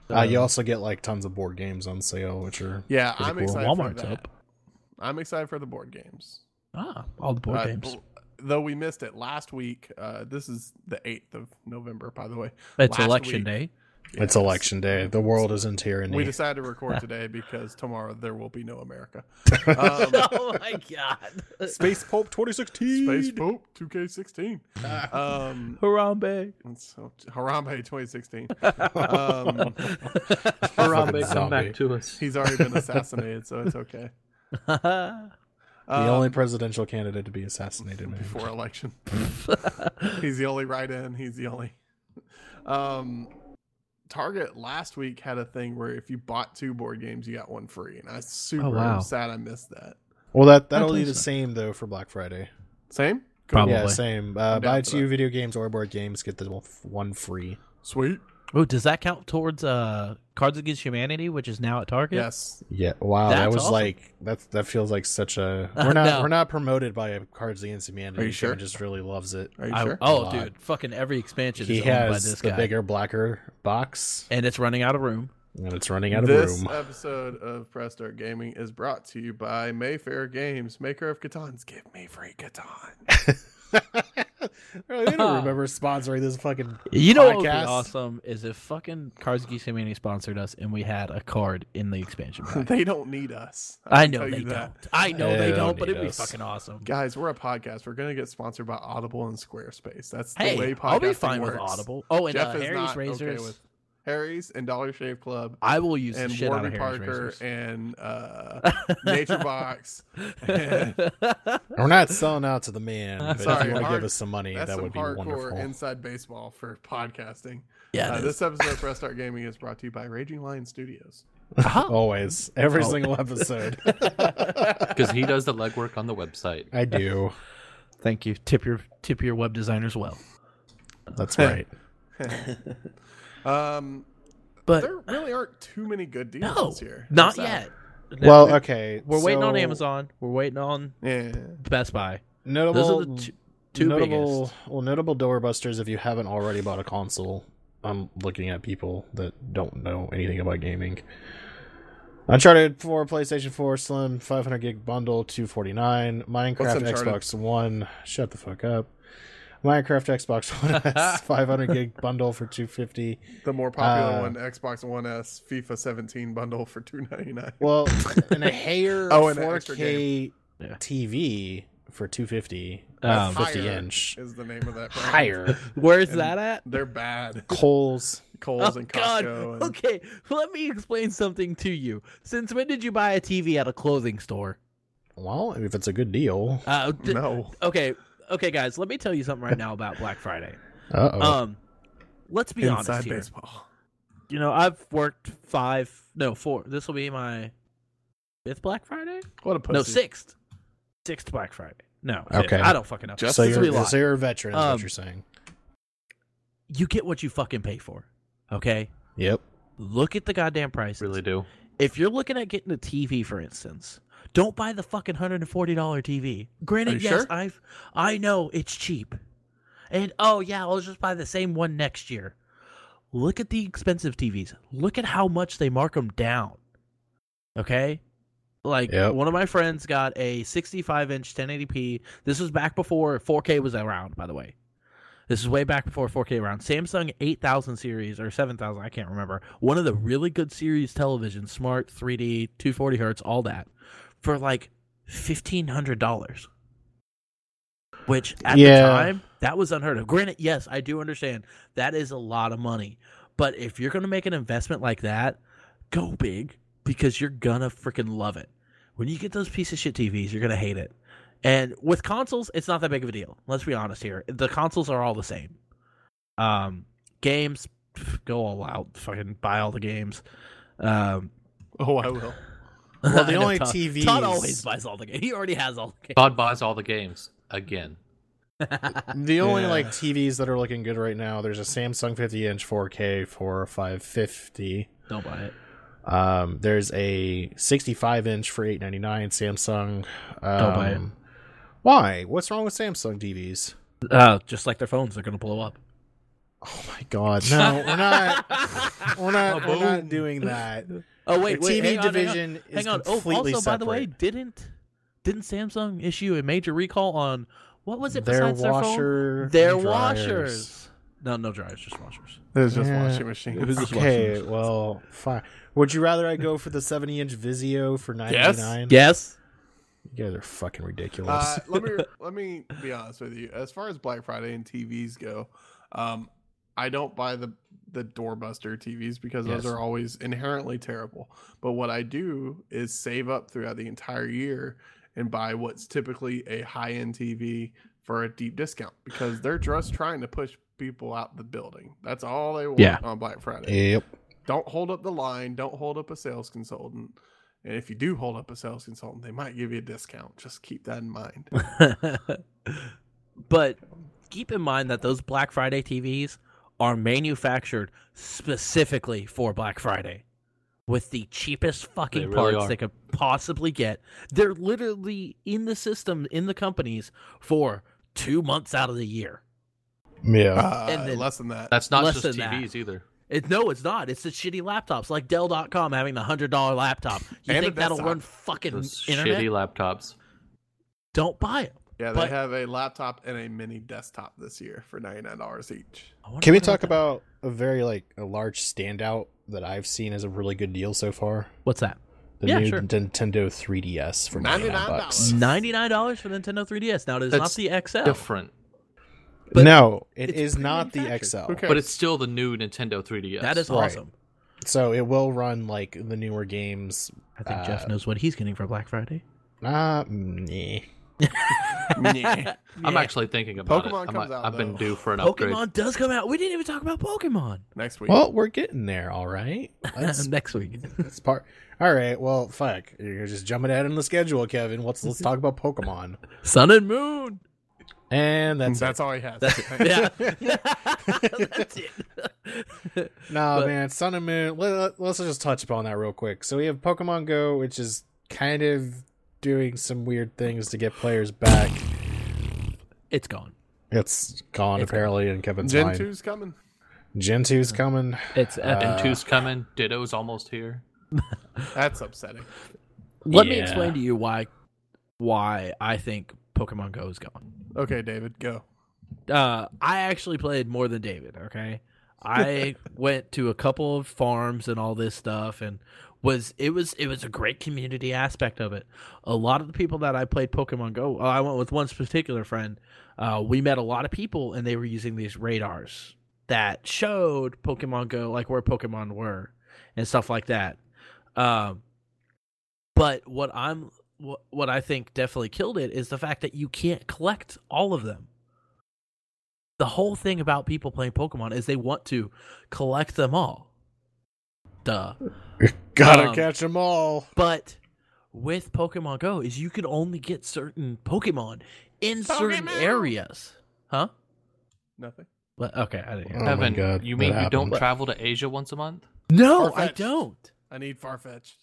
[SPEAKER 1] Uh, you
[SPEAKER 4] Um,
[SPEAKER 1] also get like tons of board games on sale, which are
[SPEAKER 3] Yeah,
[SPEAKER 1] Pretty
[SPEAKER 3] I'm
[SPEAKER 1] cool.
[SPEAKER 3] excited.
[SPEAKER 4] Walmart's
[SPEAKER 3] for that.
[SPEAKER 4] up.
[SPEAKER 3] I'm excited for the board games.
[SPEAKER 4] Ah, all the board
[SPEAKER 3] Uh,
[SPEAKER 4] games.
[SPEAKER 3] bl- Though we missed it last week. Uh, this is the 8th of November, by the way.
[SPEAKER 4] It's
[SPEAKER 3] last
[SPEAKER 4] election
[SPEAKER 3] week-
[SPEAKER 4] day.
[SPEAKER 1] it's
[SPEAKER 3] Yes.
[SPEAKER 1] election day. The world is in tyranny.
[SPEAKER 3] We decided to record today because tomorrow there will be no America. Um,
[SPEAKER 4] oh my god.
[SPEAKER 1] Space Pulp 2016.
[SPEAKER 3] Space Pope 2K16. Um,
[SPEAKER 4] Harambe.
[SPEAKER 3] so, Harambe 2016. Um,
[SPEAKER 1] Fucking
[SPEAKER 2] Harambe, come
[SPEAKER 1] zombie.
[SPEAKER 2] back to us.
[SPEAKER 3] he's already been assassinated, so it's okay.
[SPEAKER 1] The
[SPEAKER 3] Um,
[SPEAKER 1] only presidential candidate to be assassinated. Man.
[SPEAKER 3] before election. he's the only write-in. He's the only. Um, Target last week had a thing where if you bought two board games, you got one free, and I am super
[SPEAKER 4] Oh, wow.
[SPEAKER 3] sad I missed that.
[SPEAKER 1] Well, that that'll
[SPEAKER 4] That
[SPEAKER 1] be the
[SPEAKER 4] plays so.
[SPEAKER 1] same though for Black Friday.
[SPEAKER 3] Same.
[SPEAKER 4] Probably.
[SPEAKER 1] Yeah, same. Uh,
[SPEAKER 3] I'm down
[SPEAKER 1] buy
[SPEAKER 3] for
[SPEAKER 1] two
[SPEAKER 3] that.
[SPEAKER 1] video games or board games, get the f- one free.
[SPEAKER 3] Sweet.
[SPEAKER 4] Oh, does that count towards uh Cards Against Humanity, which is now at Target?
[SPEAKER 3] Yes.
[SPEAKER 1] Yeah, wow, that
[SPEAKER 4] That's
[SPEAKER 1] was
[SPEAKER 4] awesome.
[SPEAKER 1] like that's that feels like such a
[SPEAKER 4] Uh,
[SPEAKER 1] we're not
[SPEAKER 4] no.
[SPEAKER 1] we're not promoted by Cards Against Humanity.
[SPEAKER 3] Are you sure?
[SPEAKER 1] Kevin just really loves it.
[SPEAKER 3] Are you
[SPEAKER 4] I-
[SPEAKER 3] sure?
[SPEAKER 4] oh,
[SPEAKER 1] God.
[SPEAKER 4] dude, fucking every expansion
[SPEAKER 1] He
[SPEAKER 4] is owned by
[SPEAKER 1] has
[SPEAKER 4] this
[SPEAKER 1] the
[SPEAKER 4] guy,
[SPEAKER 1] bigger blacker box,
[SPEAKER 4] and it's running out of room.
[SPEAKER 1] and it's running out of
[SPEAKER 3] this
[SPEAKER 1] room.
[SPEAKER 3] episode of Press Start Gaming is brought to you by Mayfair Games, maker of Catans. Give me free Catan.
[SPEAKER 1] Really, they don't remember sponsoring this fucking.
[SPEAKER 4] You know what would be
[SPEAKER 1] Podcast.
[SPEAKER 4] awesome is if fucking Cards Against Humanity sponsored us and we had a card in the expansion pack.
[SPEAKER 3] they don't need us.
[SPEAKER 4] I
[SPEAKER 3] can
[SPEAKER 4] know
[SPEAKER 3] tell you
[SPEAKER 4] they
[SPEAKER 3] that.
[SPEAKER 4] don't. I know
[SPEAKER 1] They
[SPEAKER 4] they
[SPEAKER 1] don't
[SPEAKER 4] don't, but
[SPEAKER 1] need
[SPEAKER 4] it'd be
[SPEAKER 1] us.
[SPEAKER 4] fucking awesome.
[SPEAKER 3] Guys, we're a podcast. We're gonna get sponsored by Audible and Squarespace. That's the
[SPEAKER 4] Hey,
[SPEAKER 3] way podcasting
[SPEAKER 4] I'll be fine
[SPEAKER 3] works.
[SPEAKER 4] with Audible. Oh, and
[SPEAKER 3] Jeff
[SPEAKER 4] uh,
[SPEAKER 3] is
[SPEAKER 4] Harry's
[SPEAKER 3] not
[SPEAKER 4] Razors.
[SPEAKER 3] okay with Harry's and Dollar Shave Club
[SPEAKER 4] I will use the
[SPEAKER 3] and
[SPEAKER 4] shit out
[SPEAKER 3] Warby
[SPEAKER 4] of Harry's
[SPEAKER 3] Parker
[SPEAKER 4] Razors.
[SPEAKER 3] and uh, Nature Box.
[SPEAKER 1] We're not selling out to the man. But if
[SPEAKER 3] Sorry,
[SPEAKER 1] you want to
[SPEAKER 3] hard-
[SPEAKER 1] give us some money,
[SPEAKER 3] That's
[SPEAKER 1] that
[SPEAKER 3] some
[SPEAKER 1] would be
[SPEAKER 3] hardcore
[SPEAKER 1] wonderful.
[SPEAKER 3] inside baseball for podcasting.
[SPEAKER 4] yeah,
[SPEAKER 3] Uh,
[SPEAKER 4] it is.
[SPEAKER 3] this episode of Press Start Gaming is brought to you by Raging Lion Studios.
[SPEAKER 4] Uh-huh.
[SPEAKER 1] Always, every
[SPEAKER 4] Oh.
[SPEAKER 1] single episode,
[SPEAKER 2] Because he does the legwork on the website.
[SPEAKER 1] I do.
[SPEAKER 4] Thank you. Tip your tip your web designers well.
[SPEAKER 1] That's right.
[SPEAKER 3] Um,
[SPEAKER 4] But
[SPEAKER 3] there really aren't too many good deals
[SPEAKER 4] no,
[SPEAKER 3] this year.
[SPEAKER 4] not
[SPEAKER 3] That's
[SPEAKER 4] yet.
[SPEAKER 3] out.
[SPEAKER 1] well, okay,
[SPEAKER 4] we're waiting on
[SPEAKER 1] so
[SPEAKER 4] Amazon. We're waiting on
[SPEAKER 3] Yeah.
[SPEAKER 4] Best Buy.
[SPEAKER 1] Notable
[SPEAKER 4] Those are the two, two
[SPEAKER 1] notable,
[SPEAKER 4] biggest.
[SPEAKER 1] Well, notable doorbusters if you haven't already bought a console. I'm looking at people that don't know anything about gaming. Uncharted 4, PlayStation 4, Slim, 500 gig bundle, 249. Minecraft
[SPEAKER 3] Uncharted?
[SPEAKER 1] Xbox One. Shut the fuck up. Minecraft Xbox One S, 500 gig bundle for 250.
[SPEAKER 3] The more popular
[SPEAKER 1] Uh,
[SPEAKER 3] one, Xbox One S FIFA 17 bundle for 2.99.
[SPEAKER 1] Well, and a hair
[SPEAKER 3] Oh, and an extra
[SPEAKER 1] 4K
[SPEAKER 4] Yeah.
[SPEAKER 1] TV for 250.
[SPEAKER 4] Um,
[SPEAKER 1] 50
[SPEAKER 3] Higher
[SPEAKER 1] inch.
[SPEAKER 3] is the name of that. Brand.
[SPEAKER 1] Higher.
[SPEAKER 4] Where's
[SPEAKER 3] and-
[SPEAKER 4] that at?
[SPEAKER 3] They're bad.
[SPEAKER 1] Coles.
[SPEAKER 3] Coles
[SPEAKER 4] oh
[SPEAKER 3] and
[SPEAKER 4] God.
[SPEAKER 3] Costco. And,
[SPEAKER 4] Okay, let me explain something to you. Since when did you buy a TV at a clothing store?
[SPEAKER 1] Well, if it's a good deal.
[SPEAKER 4] Uh, d-
[SPEAKER 3] No.
[SPEAKER 4] Okay, okay, guys. Let me tell you something right now about Black Friday.
[SPEAKER 1] Uh oh.
[SPEAKER 4] Um, let's be honest here.
[SPEAKER 3] baseball.
[SPEAKER 4] You know, I've worked five, no, four. This will be my fifth Black Friday.
[SPEAKER 3] What a pussy.
[SPEAKER 4] No, sixth. Sixth Black Friday. No.
[SPEAKER 1] Okay.
[SPEAKER 4] I don't fucking know.
[SPEAKER 3] Just
[SPEAKER 1] so
[SPEAKER 4] This will be
[SPEAKER 1] you're,
[SPEAKER 4] live.
[SPEAKER 1] so you're a veteran, is what
[SPEAKER 4] Um,
[SPEAKER 1] you're saying.
[SPEAKER 4] you get what you fucking pay for. Okay?
[SPEAKER 1] Yep.
[SPEAKER 4] Look at the goddamn prices.
[SPEAKER 2] Really do.
[SPEAKER 4] If you're looking at getting a TV, for instance, Don't buy the fucking hundred and forty dollar TV.
[SPEAKER 3] Are you
[SPEAKER 4] Granted, yes,
[SPEAKER 3] sure?
[SPEAKER 4] I've I know it's cheap, and oh yeah, I'll just buy the same one next year. Look at the expensive TVs. Look at how much they mark them down. Okay, like
[SPEAKER 1] Yep.
[SPEAKER 4] one of my friends got a sixty-five inch 1080p. This was back before 4K was around, by the way. This is way back before 4K around. Samsung 8000 series or 7000, I can't remember. One of the really good series television, smart, 3D, 240 hertz, all that, for like $1,500. Which at
[SPEAKER 1] Yeah.
[SPEAKER 4] the time, that was unheard of. Granted, yes, I do understand that is a lot of money. But if you're going to make an investment like that, go big because you're going to freaking love it. When you get those piece of shit TVs, you're going to hate it. And with consoles, it's not that big of a deal. Let's be honest here. The consoles are all the same. Um, games, pff, go all out, fucking buy all the games. Um,
[SPEAKER 3] Oh, I will.
[SPEAKER 1] Well,
[SPEAKER 4] I
[SPEAKER 1] the
[SPEAKER 4] know
[SPEAKER 1] only
[SPEAKER 4] Todd,
[SPEAKER 1] TVs.
[SPEAKER 4] Todd always buys all the games. He already has all the
[SPEAKER 2] Todd buys all the games again.
[SPEAKER 4] games.
[SPEAKER 1] The only
[SPEAKER 3] Yeah.
[SPEAKER 1] like TVs that are looking good right now, there's a Samsung 50 inch 4K for 550.
[SPEAKER 4] Don't buy it.
[SPEAKER 1] Um, there's a 65 inch for 899 Samsung. Um,
[SPEAKER 4] Don't buy it.
[SPEAKER 1] Why? What's wrong with Samsung TVs?
[SPEAKER 4] Uh, just like their phones, they're going to blow up.
[SPEAKER 1] Oh my god! No, we're not. We're not. We're
[SPEAKER 2] Boom.
[SPEAKER 1] not doing that.
[SPEAKER 4] Oh
[SPEAKER 1] The
[SPEAKER 4] wait, wait
[SPEAKER 1] TV
[SPEAKER 4] hang on, hang on.
[SPEAKER 1] division is
[SPEAKER 4] Hang on. Oh,
[SPEAKER 1] completely
[SPEAKER 4] also, by the
[SPEAKER 1] separate.
[SPEAKER 4] way, didn't didn't Samsung issue a major recall on what was it
[SPEAKER 1] their
[SPEAKER 4] besides their
[SPEAKER 1] washer,
[SPEAKER 4] phone? Their
[SPEAKER 1] and dryers.
[SPEAKER 4] washers. No, no dryers, just washers.
[SPEAKER 3] There's just
[SPEAKER 1] Yeah.
[SPEAKER 3] washing machine.
[SPEAKER 4] It was just
[SPEAKER 1] Okay,
[SPEAKER 4] washers.
[SPEAKER 1] well, fine. Would you rather I go for the 70 inch Vizio for 99?
[SPEAKER 4] Yes.
[SPEAKER 1] You guys are fucking ridiculous.
[SPEAKER 3] Uh, let me let me be honest with you. As far as Black Friday and TVs go, um, I don't buy the the doorbuster TVs because
[SPEAKER 1] Yes.
[SPEAKER 3] those are always inherently terrible. But what I do is save up throughout the entire year and buy what's typically a high end TV for a deep discount because they're just trying to push people out the building. That's all they want
[SPEAKER 4] Yeah.
[SPEAKER 3] on Black Friday
[SPEAKER 1] yep.
[SPEAKER 3] don't hold up the line don't hold up a sales consultant and if you do hold up a sales consultant they might give you a discount just keep that in mind
[SPEAKER 4] but keep in mind that those Black Friday TVs are manufactured specifically for Black Friday with the cheapest fucking
[SPEAKER 2] They really
[SPEAKER 4] parts
[SPEAKER 2] are.
[SPEAKER 4] they could possibly get. They're literally in the system, in the companies for two months out of the year.
[SPEAKER 1] Yeah.
[SPEAKER 3] uh,
[SPEAKER 4] And then-
[SPEAKER 3] less than that
[SPEAKER 2] That's not
[SPEAKER 4] Less
[SPEAKER 2] just
[SPEAKER 4] than
[SPEAKER 2] TVs either.
[SPEAKER 4] It, no, it's not. It's the shitty laptops, like Dell.com having the hundred dollar laptop. You
[SPEAKER 3] And a
[SPEAKER 4] think that'll
[SPEAKER 3] desktop.
[SPEAKER 4] run fucking
[SPEAKER 2] Those
[SPEAKER 4] internet?
[SPEAKER 2] shitty laptops.
[SPEAKER 4] Don't buy it.
[SPEAKER 3] yeah they
[SPEAKER 4] but-
[SPEAKER 3] have a laptop and a mini desktop this year for $99 each
[SPEAKER 4] I wonder
[SPEAKER 1] Can we
[SPEAKER 4] if I
[SPEAKER 1] talk
[SPEAKER 4] got that.
[SPEAKER 1] about a very like a large standout that I've seen as a really good deal so far?
[SPEAKER 4] what's that?
[SPEAKER 1] The
[SPEAKER 4] Yeah,
[SPEAKER 1] new
[SPEAKER 4] sure. Mm.
[SPEAKER 1] Nintendo 3DS for 99 bucks.
[SPEAKER 3] $99.
[SPEAKER 4] Ninety nine dollars for Nintendo 3DS. Now it is
[SPEAKER 2] That's
[SPEAKER 4] not the XL.
[SPEAKER 2] Different,
[SPEAKER 4] But
[SPEAKER 1] no, it
[SPEAKER 4] it's
[SPEAKER 1] is not the
[SPEAKER 4] manufactured.
[SPEAKER 1] XL.
[SPEAKER 3] Who cares?
[SPEAKER 2] but it's still the new Nintendo 3DS.
[SPEAKER 4] That is
[SPEAKER 1] Right.
[SPEAKER 4] awesome.
[SPEAKER 1] So it will run like the newer games.
[SPEAKER 4] I think
[SPEAKER 1] Uh,
[SPEAKER 4] Jeff knows what he's getting for Black Friday.
[SPEAKER 1] Ah, mm,
[SPEAKER 3] Nyeh.
[SPEAKER 2] I'm
[SPEAKER 4] Yeah.
[SPEAKER 2] actually thinking about
[SPEAKER 3] Pokemon
[SPEAKER 2] it. I'm,
[SPEAKER 3] comes
[SPEAKER 2] like,
[SPEAKER 3] out,
[SPEAKER 2] I've been
[SPEAKER 3] though.
[SPEAKER 2] due for an upgrade.
[SPEAKER 4] Pokemon does come out. We didn't even talk about Pokemon Uh,
[SPEAKER 3] next
[SPEAKER 1] nah.
[SPEAKER 3] week
[SPEAKER 1] Well, we're getting there, all right. That's,
[SPEAKER 4] next week.
[SPEAKER 1] that's part. All right. Well, fuck. You're just jumping ahead in the schedule, Kevin. Let's let's talk about Pokemon.
[SPEAKER 4] Sun and Moon.
[SPEAKER 1] And that's
[SPEAKER 3] Mm, that's,
[SPEAKER 1] it.
[SPEAKER 3] all he has
[SPEAKER 4] That's it. Yeah. That's it.
[SPEAKER 1] No,
[SPEAKER 4] But-
[SPEAKER 1] man, Sun and Moon. Let, us just touch upon that real quick. So we have Pokemon Go, which is kind of doing some weird things to get players back.
[SPEAKER 4] It's gone.
[SPEAKER 1] It's gone
[SPEAKER 4] It's
[SPEAKER 1] apparently, and Kevin's
[SPEAKER 3] gen
[SPEAKER 1] fine.
[SPEAKER 3] 2's coming
[SPEAKER 1] Gen two's coming.
[SPEAKER 4] It's epic.
[SPEAKER 2] and
[SPEAKER 1] Uh,
[SPEAKER 2] two's coming. Ditto's almost here.
[SPEAKER 3] that's upsetting
[SPEAKER 4] Let me
[SPEAKER 1] Yeah.
[SPEAKER 4] explain to you why why I think Pokemon Go is gone.
[SPEAKER 3] okay david go
[SPEAKER 4] Uh, I actually played more than David. Okay, I went to a couple of farms and all this stuff, and was it was it was a great community aspect of it. A lot of the people that I played Pokemon Go, uh, I went with one particular friend. Uh, we met a lot of people, and they were using these radars that showed Pokemon Go, like where Pokemon were and stuff like that. Um, but what I'm what, what I think definitely killed it is the fact that you can't collect all of them. The whole thing about people playing Pokemon is they want to collect them all. Duh.
[SPEAKER 1] Gotta 'em
[SPEAKER 4] Um,
[SPEAKER 1] catch them all.
[SPEAKER 4] But with Pokemon Go is you can only get certain Pokemon in certain
[SPEAKER 3] Pokemon!
[SPEAKER 4] areas. Huh?
[SPEAKER 3] nothing
[SPEAKER 4] What? Okay, I didn't hear.
[SPEAKER 1] Oh my
[SPEAKER 2] Evan,
[SPEAKER 1] God,
[SPEAKER 2] you
[SPEAKER 1] that
[SPEAKER 2] mean you don't
[SPEAKER 1] happened.
[SPEAKER 2] travel to Asia once a month?
[SPEAKER 4] No, I
[SPEAKER 3] Farfetch'd.
[SPEAKER 4] don't.
[SPEAKER 3] i need far-fetched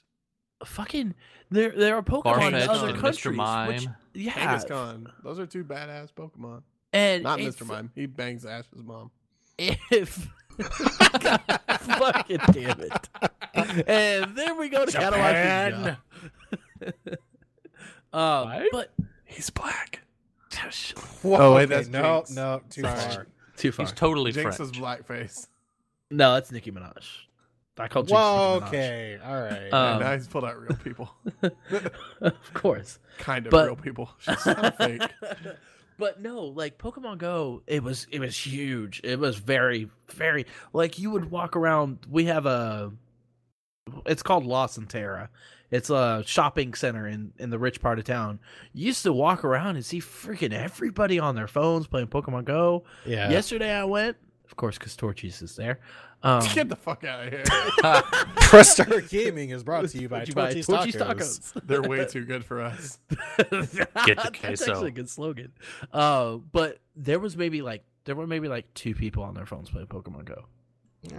[SPEAKER 4] fucking there there are Pokemon in
[SPEAKER 2] Farfetch'd
[SPEAKER 4] other
[SPEAKER 2] and
[SPEAKER 4] countries.
[SPEAKER 2] Mr. Mime.
[SPEAKER 4] Which, yeah,
[SPEAKER 3] Kangaskhan. Those are two badass Pokemon.
[SPEAKER 4] and
[SPEAKER 3] Not
[SPEAKER 4] Ah. it's-
[SPEAKER 3] Mr. Mime. He bangs Ash's mom.
[SPEAKER 4] If fucking damn it, and then we go to Catalog. Uh,
[SPEAKER 2] What?
[SPEAKER 4] but
[SPEAKER 2] He's black.
[SPEAKER 1] Whoa,
[SPEAKER 3] Oh, wait, that's
[SPEAKER 1] no,
[SPEAKER 3] Jinx.
[SPEAKER 1] no, too
[SPEAKER 3] Sorry.
[SPEAKER 1] far.
[SPEAKER 4] too far.
[SPEAKER 2] He's totally
[SPEAKER 3] Jinx is
[SPEAKER 2] French.
[SPEAKER 3] blackface.
[SPEAKER 4] no, that's Nicki Minaj. I call Jinx
[SPEAKER 1] Whoa,
[SPEAKER 4] Nicki Minaj.
[SPEAKER 1] okay, all right.
[SPEAKER 4] Uh,
[SPEAKER 3] and
[SPEAKER 4] Um,
[SPEAKER 3] now he's pulled out real people.
[SPEAKER 4] of course.
[SPEAKER 3] kind of
[SPEAKER 4] but- Um,
[SPEAKER 3] real people. She's not fake.
[SPEAKER 4] but no, like Pokemon Go, it was it was huge. It was very very like you would walk around. We have a it's called Lost in Terra. It's a shopping center in in the rich part of town. You used to walk around and see freaking everybody on their phones playing Pokemon Go.
[SPEAKER 1] yeah.
[SPEAKER 4] Yesterday I went, of course, because Torchies is there. Um,
[SPEAKER 3] Get the fuck out of here.
[SPEAKER 1] Prestar Gaming is brought to you by
[SPEAKER 4] Torchies
[SPEAKER 1] Torchy's
[SPEAKER 4] Torchies
[SPEAKER 1] Tacos.
[SPEAKER 3] They're way too good for us.
[SPEAKER 2] the
[SPEAKER 4] That's
[SPEAKER 2] queso.
[SPEAKER 4] actually a good slogan. Uh, but there was maybe like there were maybe like two people on their phones playing Pokemon Go.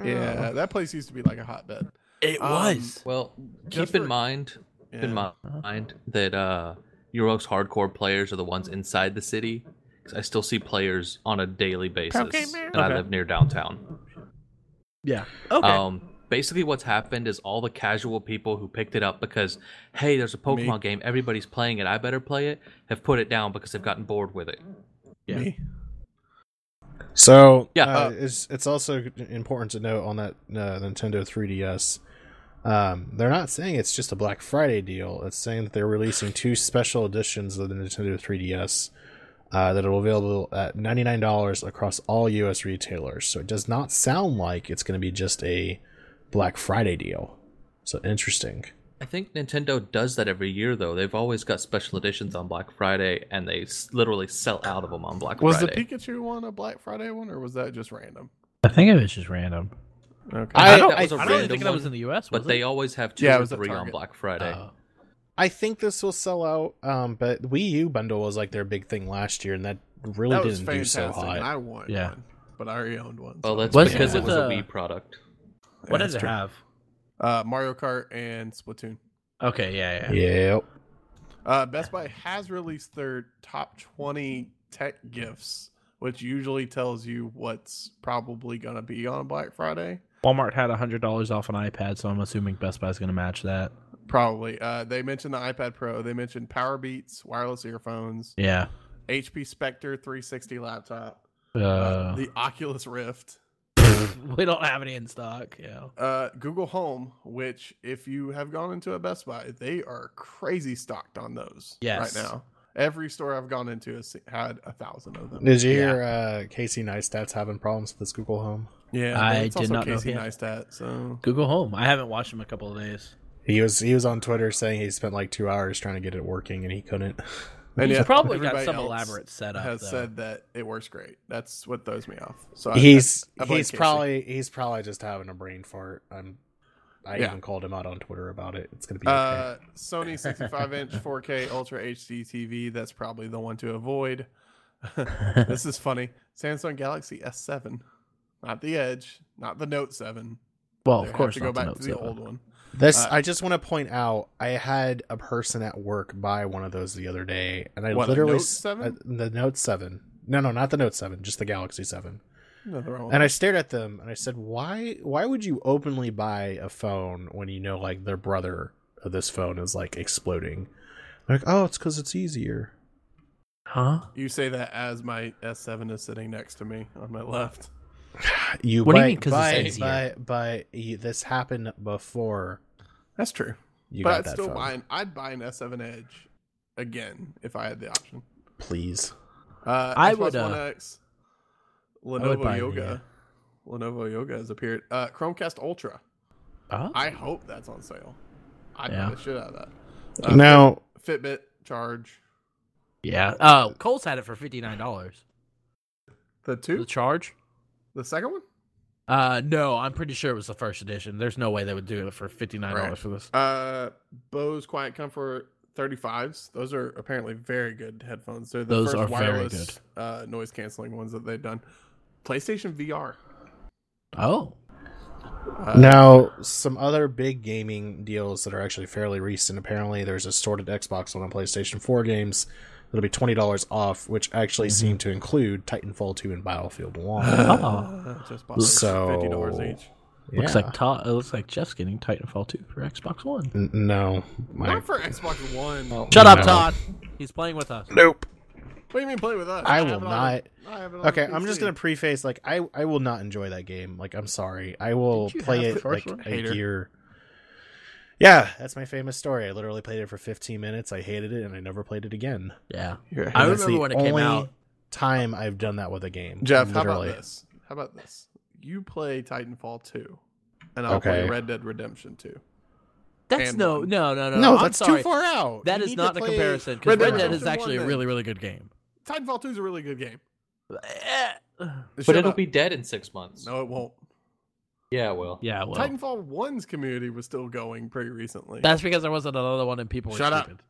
[SPEAKER 3] Yeah, that place used to be like a hotbed.
[SPEAKER 4] It
[SPEAKER 3] Um,
[SPEAKER 4] was.
[SPEAKER 2] Well,
[SPEAKER 3] Just
[SPEAKER 2] keep in
[SPEAKER 3] for-
[SPEAKER 2] mind, keep in
[SPEAKER 3] Yeah.
[SPEAKER 2] mind that uh, Europe's hardcore players are the ones inside the city. 'cause I still see players on a daily basis, and I
[SPEAKER 4] Okay.
[SPEAKER 2] live near downtown.
[SPEAKER 4] Yeah. Okay.
[SPEAKER 3] Oh.
[SPEAKER 2] Um, basically, what's happened is all the casual people who picked it up because, hey, there's a Pokemon game, everybody's playing it, I better play it, have put it down because they've gotten bored with it.
[SPEAKER 4] yeah.
[SPEAKER 3] Me?
[SPEAKER 1] So
[SPEAKER 2] Yeah,
[SPEAKER 1] uh,
[SPEAKER 2] uh,
[SPEAKER 1] it's it's also important to note on that uh, Nintendo 3DS, um, they're not saying it's just a Black Friday deal. It's saying that they're releasing two special editions of the Nintendo 3DS uh, that are available at ninety nine dollars across all U.S. retailers. So it does not sound like it's going to be just a Black Friday deal. So interesting.
[SPEAKER 2] I think Nintendo does that every year, though. They've always got special editions on Black Friday, and they s- literally sell out of them on Black
[SPEAKER 3] Was
[SPEAKER 2] Friday.
[SPEAKER 3] the Pikachu one a Black Friday one, or was that just random?
[SPEAKER 4] I think it was just random.
[SPEAKER 3] Okay.
[SPEAKER 1] I-
[SPEAKER 2] think
[SPEAKER 1] I-
[SPEAKER 2] that was a
[SPEAKER 1] I don't
[SPEAKER 4] I don't
[SPEAKER 2] random
[SPEAKER 4] even think that was
[SPEAKER 2] one,
[SPEAKER 4] in the U.S.
[SPEAKER 2] but
[SPEAKER 4] was
[SPEAKER 2] they
[SPEAKER 4] it?
[SPEAKER 2] always have two
[SPEAKER 3] Yeah, it
[SPEAKER 2] or
[SPEAKER 3] was at
[SPEAKER 2] three on
[SPEAKER 3] Target.
[SPEAKER 2] Black Friday.
[SPEAKER 4] Oh.
[SPEAKER 1] I think this will sell out, um, but Wii U bundle was like their big thing last year, and that really
[SPEAKER 3] that was
[SPEAKER 1] didn't do
[SPEAKER 3] fantastic.
[SPEAKER 1] so hot.
[SPEAKER 3] and I wanted
[SPEAKER 4] Yeah.
[SPEAKER 3] one, but I already owned one.
[SPEAKER 2] well,
[SPEAKER 3] so-
[SPEAKER 2] that's
[SPEAKER 4] Was it
[SPEAKER 2] because it
[SPEAKER 4] with
[SPEAKER 2] was a
[SPEAKER 4] the-
[SPEAKER 2] Wii product.
[SPEAKER 3] Yeah,
[SPEAKER 4] What
[SPEAKER 3] that's
[SPEAKER 4] does it
[SPEAKER 3] true.
[SPEAKER 4] have?
[SPEAKER 3] Uh, Mario Kart and Splatoon.
[SPEAKER 4] Okay. Yeah. Yeah.
[SPEAKER 1] Yep.
[SPEAKER 3] Uh, Best Buy has released their top 20 tech gifts, which usually tells you what's probably going to be on Black Friday.
[SPEAKER 4] Walmart had hundred dollars off an iPad, so I'm assuming Best Buy's going to match that.
[SPEAKER 3] Probably. Uh, they mentioned the iPad Pro. They mentioned Power Beats, wireless earphones,
[SPEAKER 4] Yeah.
[SPEAKER 3] HP Spectre 360 laptop,
[SPEAKER 4] Uh,
[SPEAKER 3] uh, the Oculus Rift,
[SPEAKER 4] we don't have any in stock. Yeah.
[SPEAKER 3] uh, Google Home, which, if you have gone into a Best Buy, they are crazy stocked on those
[SPEAKER 4] Yes.
[SPEAKER 3] right now. Every store I've gone into has had a thousand of them.
[SPEAKER 1] Did you hear uh, Casey Neistat's having problems with his Google Home?
[SPEAKER 3] Yeah,
[SPEAKER 4] I
[SPEAKER 3] but it's
[SPEAKER 4] did
[SPEAKER 3] also
[SPEAKER 4] not know
[SPEAKER 3] Casey
[SPEAKER 4] he had-
[SPEAKER 3] Neistat. So
[SPEAKER 4] Google Home. I haven't watched them in a couple of days.
[SPEAKER 1] He was he was on Twitter saying he spent like two hours trying to get it working and he couldn't.
[SPEAKER 3] And
[SPEAKER 4] He's
[SPEAKER 3] yet
[SPEAKER 4] probably got
[SPEAKER 3] everybody
[SPEAKER 4] some
[SPEAKER 3] else
[SPEAKER 4] elaborate setup.
[SPEAKER 3] has
[SPEAKER 4] though.
[SPEAKER 3] said that it works great. That's what throws me off. So I-
[SPEAKER 1] he's
[SPEAKER 3] I blame
[SPEAKER 1] he's
[SPEAKER 3] Casey.
[SPEAKER 1] probably he's probably just having a brain fart. I'm I
[SPEAKER 3] Yeah.
[SPEAKER 1] even called him out on Twitter about it. It's gonna be okay.
[SPEAKER 3] uh, Sony 65 inch 4K Ultra HD TV. That's probably the one to avoid. this is funny. Samsung Galaxy S7, not the Edge, not the Note 7.
[SPEAKER 4] well,
[SPEAKER 3] They
[SPEAKER 4] Oh, of course,
[SPEAKER 3] have to go
[SPEAKER 4] not
[SPEAKER 3] back
[SPEAKER 4] Note
[SPEAKER 3] to the
[SPEAKER 4] 7.
[SPEAKER 3] old one.
[SPEAKER 1] This
[SPEAKER 3] uh,
[SPEAKER 1] I just want to point out. I had a person at work buy one of those the other day, and I
[SPEAKER 3] What, a
[SPEAKER 1] literally
[SPEAKER 3] Note
[SPEAKER 1] s-
[SPEAKER 3] 7?
[SPEAKER 1] uh, the Note Seven. No, no, not the Note Seven, just the Galaxy Seven.
[SPEAKER 3] Another wrong
[SPEAKER 1] And I stared at them and I said, "Why? Why would you openly buy a phone when you know like their brother of this phone is like exploding?" They're like, "Oh, it's because it's easier."
[SPEAKER 4] Huh?
[SPEAKER 3] You say that as my S7 is sitting next to me on my left.
[SPEAKER 1] You
[SPEAKER 4] What do you
[SPEAKER 1] but-
[SPEAKER 4] mean 'cause
[SPEAKER 1] but,
[SPEAKER 4] it's easier?
[SPEAKER 1] But but you, this happened before
[SPEAKER 3] That's true.
[SPEAKER 1] you
[SPEAKER 3] but
[SPEAKER 1] got
[SPEAKER 3] I'd
[SPEAKER 1] that
[SPEAKER 3] still
[SPEAKER 1] phone.
[SPEAKER 3] buy an I'd buy an S7 Edge again if I had the option.
[SPEAKER 1] Please,
[SPEAKER 3] Uh,
[SPEAKER 4] I
[SPEAKER 3] Xbox
[SPEAKER 4] would,
[SPEAKER 3] One
[SPEAKER 4] uh,
[SPEAKER 3] X,
[SPEAKER 4] would buy
[SPEAKER 3] Lenovo
[SPEAKER 4] the,
[SPEAKER 3] Yoga, Lenovo Yoga has appeared. Uh, Chromecast Ultra.
[SPEAKER 4] Oh.
[SPEAKER 3] I hope that's on sale. I
[SPEAKER 4] Yeah.
[SPEAKER 3] buy the shit out of that. Uh,
[SPEAKER 1] now
[SPEAKER 3] Fitbit Charge.
[SPEAKER 4] Yeah. Uh, Cole's had it for fifty nine dollars.
[SPEAKER 3] The
[SPEAKER 4] The
[SPEAKER 3] two,
[SPEAKER 4] charge?
[SPEAKER 3] the second one.
[SPEAKER 4] Uh, no, I'm pretty sure it was the first edition. There's no way they would do it for fifty nine dollars
[SPEAKER 3] Right.
[SPEAKER 4] for this.
[SPEAKER 3] Uh, Bose Quiet Comfort 35s. Those are apparently very good headphones. They're the
[SPEAKER 4] Those
[SPEAKER 3] first
[SPEAKER 4] are very
[SPEAKER 3] wireless uh, noise canceling ones that they've done. PlayStation VR.
[SPEAKER 4] Oh,
[SPEAKER 3] Uh,
[SPEAKER 1] Now, some other big gaming deals that are actually fairly recent. Apparently, there's a sorted Xbox One and PlayStation 4 games that'll be twenty dollars off, which actually
[SPEAKER 4] Mhm.
[SPEAKER 1] seem to include Titanfall 2 and Battlefield 1.
[SPEAKER 4] Oh.
[SPEAKER 3] Uh, just bought those
[SPEAKER 1] So-
[SPEAKER 3] fifty dollars each.
[SPEAKER 4] Looks
[SPEAKER 1] Yeah.
[SPEAKER 4] like Ta- it looks like Jeff's getting Titanfall 2 for Xbox One.
[SPEAKER 1] N- no, my
[SPEAKER 3] Not for Xbox One.
[SPEAKER 4] Shut
[SPEAKER 1] No.
[SPEAKER 4] up, Todd. He's playing with us.
[SPEAKER 1] nope.
[SPEAKER 3] What do you mean play with us?
[SPEAKER 1] I
[SPEAKER 3] have
[SPEAKER 1] will
[SPEAKER 3] it on-
[SPEAKER 1] not.
[SPEAKER 3] I have it on
[SPEAKER 1] Okay,
[SPEAKER 3] the
[SPEAKER 1] I'm just
[SPEAKER 3] PC.
[SPEAKER 1] gonna preface like I I will not enjoy that game. Like I'm sorry, I will
[SPEAKER 4] Didn't you
[SPEAKER 1] play
[SPEAKER 4] have the
[SPEAKER 1] it like
[SPEAKER 4] first one?
[SPEAKER 1] a
[SPEAKER 3] Hater.
[SPEAKER 1] year. Yeah, that's my famous story. I literally played it for 15 minutes. I hated it, and I never played it again.
[SPEAKER 4] Yeah.
[SPEAKER 3] You're a
[SPEAKER 4] I
[SPEAKER 1] And
[SPEAKER 3] hater.
[SPEAKER 1] that's
[SPEAKER 4] remember
[SPEAKER 1] the
[SPEAKER 4] when it came
[SPEAKER 1] only
[SPEAKER 4] out.
[SPEAKER 1] Time I've done that with a game.
[SPEAKER 3] Jeff, how
[SPEAKER 1] literally.
[SPEAKER 3] about this? How about this? You play Titanfall 2, and I'll play
[SPEAKER 1] Okay.
[SPEAKER 3] Red Dead Redemption 2
[SPEAKER 4] That's
[SPEAKER 3] And
[SPEAKER 4] no,
[SPEAKER 3] one.
[SPEAKER 4] no, no, no.
[SPEAKER 1] No,
[SPEAKER 4] I'm
[SPEAKER 1] that's
[SPEAKER 4] sorry.
[SPEAKER 1] too far out.
[SPEAKER 4] That
[SPEAKER 1] You
[SPEAKER 4] is
[SPEAKER 1] need
[SPEAKER 4] not
[SPEAKER 1] to
[SPEAKER 4] a
[SPEAKER 1] play-
[SPEAKER 4] comparison because
[SPEAKER 3] Red
[SPEAKER 4] Red,
[SPEAKER 3] Dead
[SPEAKER 4] Dead is
[SPEAKER 3] Redemption
[SPEAKER 4] actually
[SPEAKER 3] one
[SPEAKER 4] a
[SPEAKER 3] then.
[SPEAKER 4] really, really good game.
[SPEAKER 3] Titanfall 2 is a really good game.
[SPEAKER 2] But
[SPEAKER 3] Shut
[SPEAKER 2] it'll
[SPEAKER 3] up.
[SPEAKER 2] be dead in six months.
[SPEAKER 3] No, it won't.
[SPEAKER 2] Yeah, it will.
[SPEAKER 4] Yeah, well,
[SPEAKER 3] Titanfall 1's community was still going pretty recently.
[SPEAKER 4] that's because there wasn't another one and people were
[SPEAKER 3] Shut up.
[SPEAKER 4] stupid.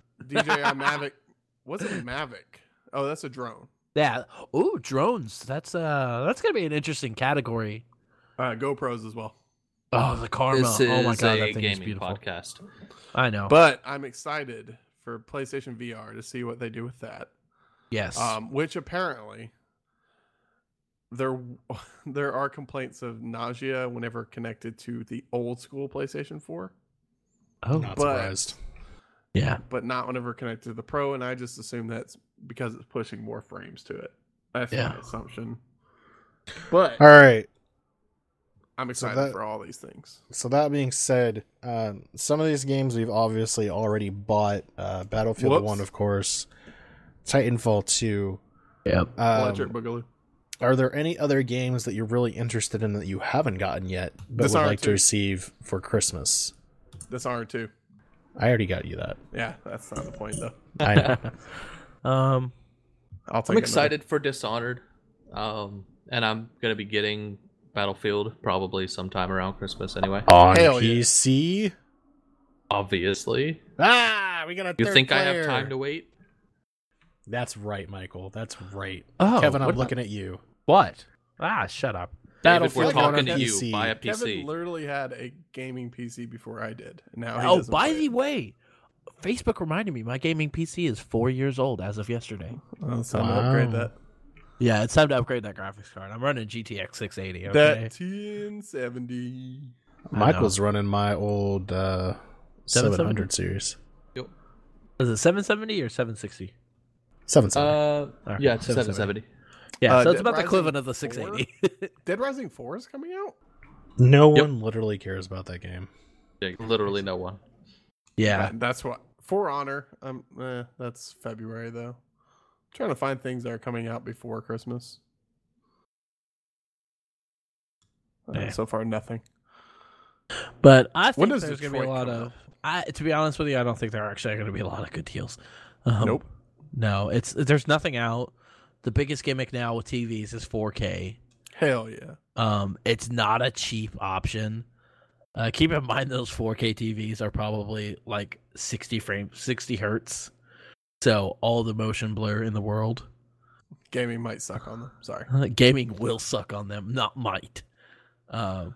[SPEAKER 3] DJI Mavic. What's a Mavic? Oh, that's a drone.
[SPEAKER 4] Yeah. Ooh, drones. That's uh, that's gonna be an interesting category.
[SPEAKER 3] Uh, GoPros as well.
[SPEAKER 4] Oh, the karma.
[SPEAKER 2] This is
[SPEAKER 4] oh my god,
[SPEAKER 2] a
[SPEAKER 4] that thing is
[SPEAKER 2] gaming
[SPEAKER 4] beautiful.
[SPEAKER 2] podcast.
[SPEAKER 4] I know.
[SPEAKER 3] But I'm excited for PlayStation VR to see what they do with that.
[SPEAKER 4] yes.
[SPEAKER 3] um, which apparently there there are complaints of nausea whenever connected to the old school PlayStation 4,
[SPEAKER 4] oh,
[SPEAKER 1] Not
[SPEAKER 3] but-
[SPEAKER 1] surprised.
[SPEAKER 4] yeah.
[SPEAKER 3] but not whenever connected to the Pro. And I just assume that's because it's pushing more frames to it. That's my
[SPEAKER 4] Yeah.
[SPEAKER 3] assumption. But
[SPEAKER 1] All right.
[SPEAKER 3] I'm
[SPEAKER 1] so
[SPEAKER 3] excited
[SPEAKER 1] that-
[SPEAKER 3] for all these things.
[SPEAKER 1] So that being said, um, some of these games we've obviously already bought. Uh, Battlefield
[SPEAKER 3] Whoops.
[SPEAKER 1] One, of course. Titanfall Two.
[SPEAKER 4] Yep.
[SPEAKER 3] Electric
[SPEAKER 1] Um,
[SPEAKER 3] Boogaloo.
[SPEAKER 1] are there any other games that you're really interested in that you haven't gotten yet but would
[SPEAKER 3] Dishonored
[SPEAKER 1] like to
[SPEAKER 3] 2.
[SPEAKER 1] receive for Christmas?
[SPEAKER 3] Dishonored 2.
[SPEAKER 1] I already got you that.
[SPEAKER 3] Yeah, that's not the point though.
[SPEAKER 1] I know.
[SPEAKER 4] Um.
[SPEAKER 3] I'll take
[SPEAKER 2] I'm
[SPEAKER 3] another-
[SPEAKER 2] excited for Dishonored, um, and I'm gonna be getting Battlefield probably sometime around Christmas anyway.
[SPEAKER 1] On
[SPEAKER 3] Hell yeah.
[SPEAKER 1] PC.
[SPEAKER 2] Obviously,
[SPEAKER 1] Ah, we got a.
[SPEAKER 2] you
[SPEAKER 1] third
[SPEAKER 2] think I
[SPEAKER 1] player.
[SPEAKER 2] have time to wait?
[SPEAKER 1] That's right, Michael. That's right.
[SPEAKER 4] Oh,
[SPEAKER 1] Kevin,
[SPEAKER 4] what
[SPEAKER 1] I'm
[SPEAKER 4] about-
[SPEAKER 1] looking at you.
[SPEAKER 4] What? Ah, shut up.
[SPEAKER 2] David, we're
[SPEAKER 1] Battlefield
[SPEAKER 3] on
[SPEAKER 2] talking to you.
[SPEAKER 1] PC.
[SPEAKER 2] Buy a
[SPEAKER 3] Kevin
[SPEAKER 2] PC.
[SPEAKER 3] literally had a gaming PC before I did. And now he
[SPEAKER 4] Oh,
[SPEAKER 3] doesn't
[SPEAKER 4] by
[SPEAKER 3] play
[SPEAKER 4] the
[SPEAKER 3] it.
[SPEAKER 4] way, Facebook reminded me my gaming PC is four years old as of yesterday.
[SPEAKER 3] Oh, it's time to upgrade
[SPEAKER 1] Wow.
[SPEAKER 3] that.
[SPEAKER 4] Yeah, it's time to upgrade that graphics card. I'm running GTX 680. Okay.
[SPEAKER 3] That 1070.
[SPEAKER 4] know.
[SPEAKER 1] Michael's running my old uh,
[SPEAKER 4] 770?
[SPEAKER 1] 700 series.
[SPEAKER 4] Is it 770 or 760?
[SPEAKER 1] 770.
[SPEAKER 2] Uh,
[SPEAKER 4] Alright,
[SPEAKER 2] yeah, it's
[SPEAKER 4] 770.
[SPEAKER 2] 770.
[SPEAKER 4] Yeah,
[SPEAKER 3] Uh,
[SPEAKER 4] so it's
[SPEAKER 3] Dead
[SPEAKER 4] about the
[SPEAKER 3] Rising
[SPEAKER 4] equivalent of the
[SPEAKER 3] 4?
[SPEAKER 4] 680.
[SPEAKER 3] Dead Rising 4 is coming out?
[SPEAKER 1] no
[SPEAKER 2] yep.
[SPEAKER 1] one literally cares about that game.
[SPEAKER 2] Like, Literally no one.
[SPEAKER 4] yeah.
[SPEAKER 3] That- that's what. For Honor. Um, eh, that's February, though. I'm trying to find things that are coming out before Christmas. Uh,
[SPEAKER 4] Yeah.
[SPEAKER 3] So far, nothing.
[SPEAKER 4] But I think
[SPEAKER 3] When does
[SPEAKER 4] there's going to be a
[SPEAKER 3] Detroit
[SPEAKER 4] lot
[SPEAKER 3] come
[SPEAKER 4] of.
[SPEAKER 3] out?
[SPEAKER 4] I, to be honest with you, I don't think there are actually going to be a lot of good deals. Um,
[SPEAKER 3] nope.
[SPEAKER 4] No, it's there's nothing out. The biggest gimmick now with TVs is 4K.
[SPEAKER 3] Hell yeah.
[SPEAKER 4] Um, it's not a cheap option. Uh, keep in mind those 4K TVs are probably like 60 frames, 60 hertz. So all the motion blur in the world.
[SPEAKER 3] Gaming might suck on them. Sorry.
[SPEAKER 4] Gaming will suck on them, not might. Um,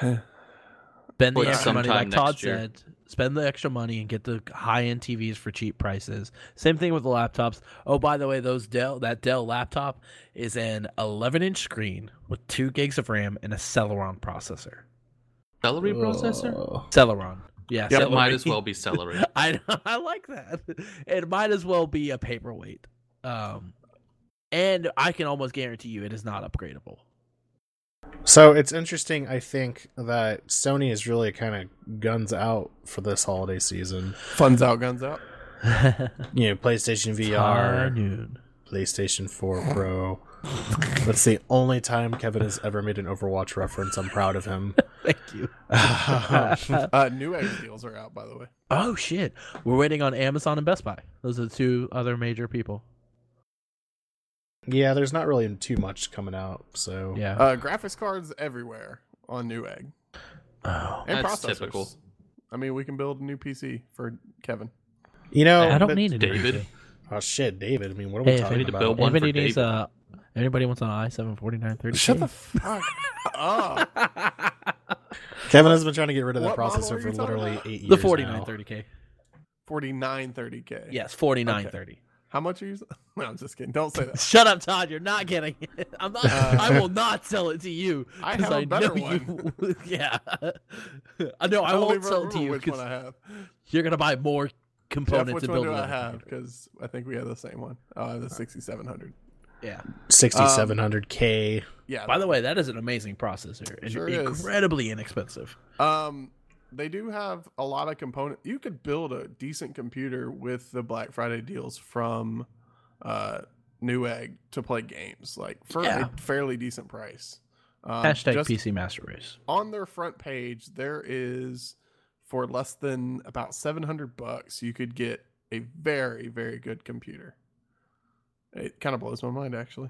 [SPEAKER 4] spend the
[SPEAKER 2] Which
[SPEAKER 4] extra money,
[SPEAKER 2] sometime
[SPEAKER 4] like Todd
[SPEAKER 2] next year.
[SPEAKER 4] said. Spend the extra money and get the high-end TVs for cheap prices. Same thing with the laptops. Oh, by the way, those Dell that Dell laptop is an 11-inch screen with two gigs of RAM and a Celeron processor.
[SPEAKER 2] Celery processor?
[SPEAKER 4] Celeron, yeah,
[SPEAKER 2] Yeah,
[SPEAKER 4] Celeron.
[SPEAKER 2] it might as well be celery.
[SPEAKER 4] I I like that. It might as well be a paperweight. Um, and I can almost guarantee you it is not upgradable.
[SPEAKER 1] So it's interesting, I think, that Sony is really kind of guns out for this holiday season.
[SPEAKER 3] Fun's out, guns out.
[SPEAKER 1] You know, PlayStation
[SPEAKER 4] High
[SPEAKER 1] VR,
[SPEAKER 4] noon.
[SPEAKER 1] PlayStation 4 Pro. That's the only time Kevin has ever made an Overwatch reference. I'm proud of him.
[SPEAKER 4] Thank you.
[SPEAKER 3] Uh, new X deals are out, by the way.
[SPEAKER 4] Oh shit. We're waiting on Amazon and Best Buy. Those are the two other major people.
[SPEAKER 1] yeah, there's not really too much coming out, so
[SPEAKER 4] Yeah.
[SPEAKER 3] Uh, graphics cards everywhere on Newegg.
[SPEAKER 4] oh.
[SPEAKER 3] And
[SPEAKER 2] That's
[SPEAKER 3] processors.
[SPEAKER 2] typical.
[SPEAKER 3] I mean, we can build a new PC for Kevin.
[SPEAKER 1] you know,
[SPEAKER 4] I don't
[SPEAKER 1] but-
[SPEAKER 4] need it.
[SPEAKER 2] David,
[SPEAKER 1] Oh shit, David. I mean, what are we
[SPEAKER 4] Hey, if I
[SPEAKER 1] talking
[SPEAKER 4] need to
[SPEAKER 1] about?
[SPEAKER 2] build one
[SPEAKER 4] Anybody
[SPEAKER 2] for
[SPEAKER 4] needs
[SPEAKER 2] David.
[SPEAKER 4] uh anybody wants an i7 4930?
[SPEAKER 3] fuck up.
[SPEAKER 1] Kevin has been trying to get rid of that
[SPEAKER 3] What
[SPEAKER 1] processor
[SPEAKER 3] model are
[SPEAKER 1] for
[SPEAKER 3] you talking
[SPEAKER 1] literally
[SPEAKER 3] about?
[SPEAKER 1] eight years.
[SPEAKER 4] the
[SPEAKER 1] now.
[SPEAKER 4] 4930K.
[SPEAKER 3] 4930k.
[SPEAKER 4] Yes, 4930.
[SPEAKER 3] How much are you? No, I'm just kidding. Don't say that.
[SPEAKER 4] Shut up, Todd. You're not getting it. I'm not,
[SPEAKER 3] Uh,
[SPEAKER 4] I will not sell it to you.
[SPEAKER 3] I
[SPEAKER 4] 'cause
[SPEAKER 3] have a better
[SPEAKER 4] know
[SPEAKER 3] one.
[SPEAKER 4] You, yeah. I know I
[SPEAKER 3] don't
[SPEAKER 4] won't
[SPEAKER 3] even
[SPEAKER 4] sell it to
[SPEAKER 3] remember
[SPEAKER 4] you
[SPEAKER 3] Which one
[SPEAKER 4] because
[SPEAKER 3] I have?
[SPEAKER 4] you're going to buy more
[SPEAKER 3] Jeff,
[SPEAKER 4] components
[SPEAKER 3] which
[SPEAKER 4] and
[SPEAKER 3] one
[SPEAKER 4] build
[SPEAKER 3] do I
[SPEAKER 4] another
[SPEAKER 3] have?
[SPEAKER 4] computer.
[SPEAKER 3] Because I think we have the same one. Oh, I have the 6700.
[SPEAKER 4] Yeah.
[SPEAKER 1] 6700K.
[SPEAKER 3] Yeah.
[SPEAKER 4] By the way, that is an amazing processor. and
[SPEAKER 3] Sure is.
[SPEAKER 4] incredibly inexpensive.
[SPEAKER 3] Um, they do have a lot of component. You could build a decent computer with the Black Friday deals from uh, Newegg to play games, like for
[SPEAKER 4] Yeah.
[SPEAKER 3] a fairly decent price. Um,
[SPEAKER 4] Hashtag
[SPEAKER 3] just
[SPEAKER 4] PC Master Race.
[SPEAKER 3] on their front page, there is for less than about seven hundred bucks, you could get a very very good computer. It kind of blows my mind, actually.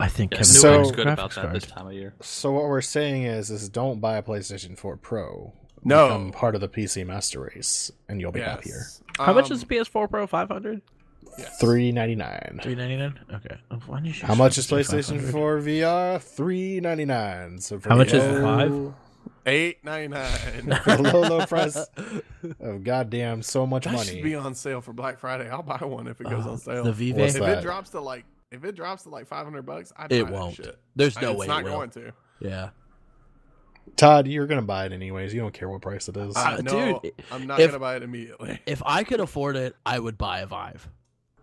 [SPEAKER 4] I think
[SPEAKER 2] Yeah,
[SPEAKER 4] Kevin
[SPEAKER 1] So-
[SPEAKER 2] Neweggs
[SPEAKER 1] Neweggs
[SPEAKER 2] good about that this time of year.
[SPEAKER 1] So what we're saying is, is don't buy a PlayStation 4 Pro.
[SPEAKER 3] No.
[SPEAKER 1] Become part of the PC Master Race, and you'll be happier.
[SPEAKER 3] Yes.
[SPEAKER 4] How much
[SPEAKER 3] Um,
[SPEAKER 4] is PS4 Pro? 500?
[SPEAKER 3] yes.
[SPEAKER 1] Three ninety nine.
[SPEAKER 4] 399 Okay. Oh, why did you
[SPEAKER 1] How much is
[SPEAKER 4] say
[SPEAKER 1] PlayStation
[SPEAKER 4] 500?
[SPEAKER 1] 4 VR? Three ninety nine. So for
[SPEAKER 4] How much
[SPEAKER 1] the low-
[SPEAKER 4] is the five?
[SPEAKER 3] Eight ninety nine.
[SPEAKER 1] For the low low price
[SPEAKER 4] Uh,
[SPEAKER 1] of goddamn so much
[SPEAKER 3] That
[SPEAKER 1] money.
[SPEAKER 3] should be on sale for Black Friday. I'll buy one if it goes
[SPEAKER 4] Uh,
[SPEAKER 3] on sale.
[SPEAKER 4] The
[SPEAKER 1] What's
[SPEAKER 4] Vive?
[SPEAKER 3] if
[SPEAKER 1] that?
[SPEAKER 3] it drops to like if it drops to like five hundred bucks, I
[SPEAKER 4] It
[SPEAKER 3] buy
[SPEAKER 4] won't.
[SPEAKER 3] That shit.
[SPEAKER 4] There's
[SPEAKER 3] I-
[SPEAKER 4] no
[SPEAKER 3] it's
[SPEAKER 4] way
[SPEAKER 3] not
[SPEAKER 4] it will. Uh,
[SPEAKER 3] going to.
[SPEAKER 4] Yeah.
[SPEAKER 1] Todd, you're gonna buy it anyways. You don't care what price it is.
[SPEAKER 4] Uh,
[SPEAKER 3] I know.
[SPEAKER 4] dude,
[SPEAKER 3] I'm not
[SPEAKER 4] if-
[SPEAKER 3] gonna buy it immediately.
[SPEAKER 4] If I could afford it, I would buy a Vive.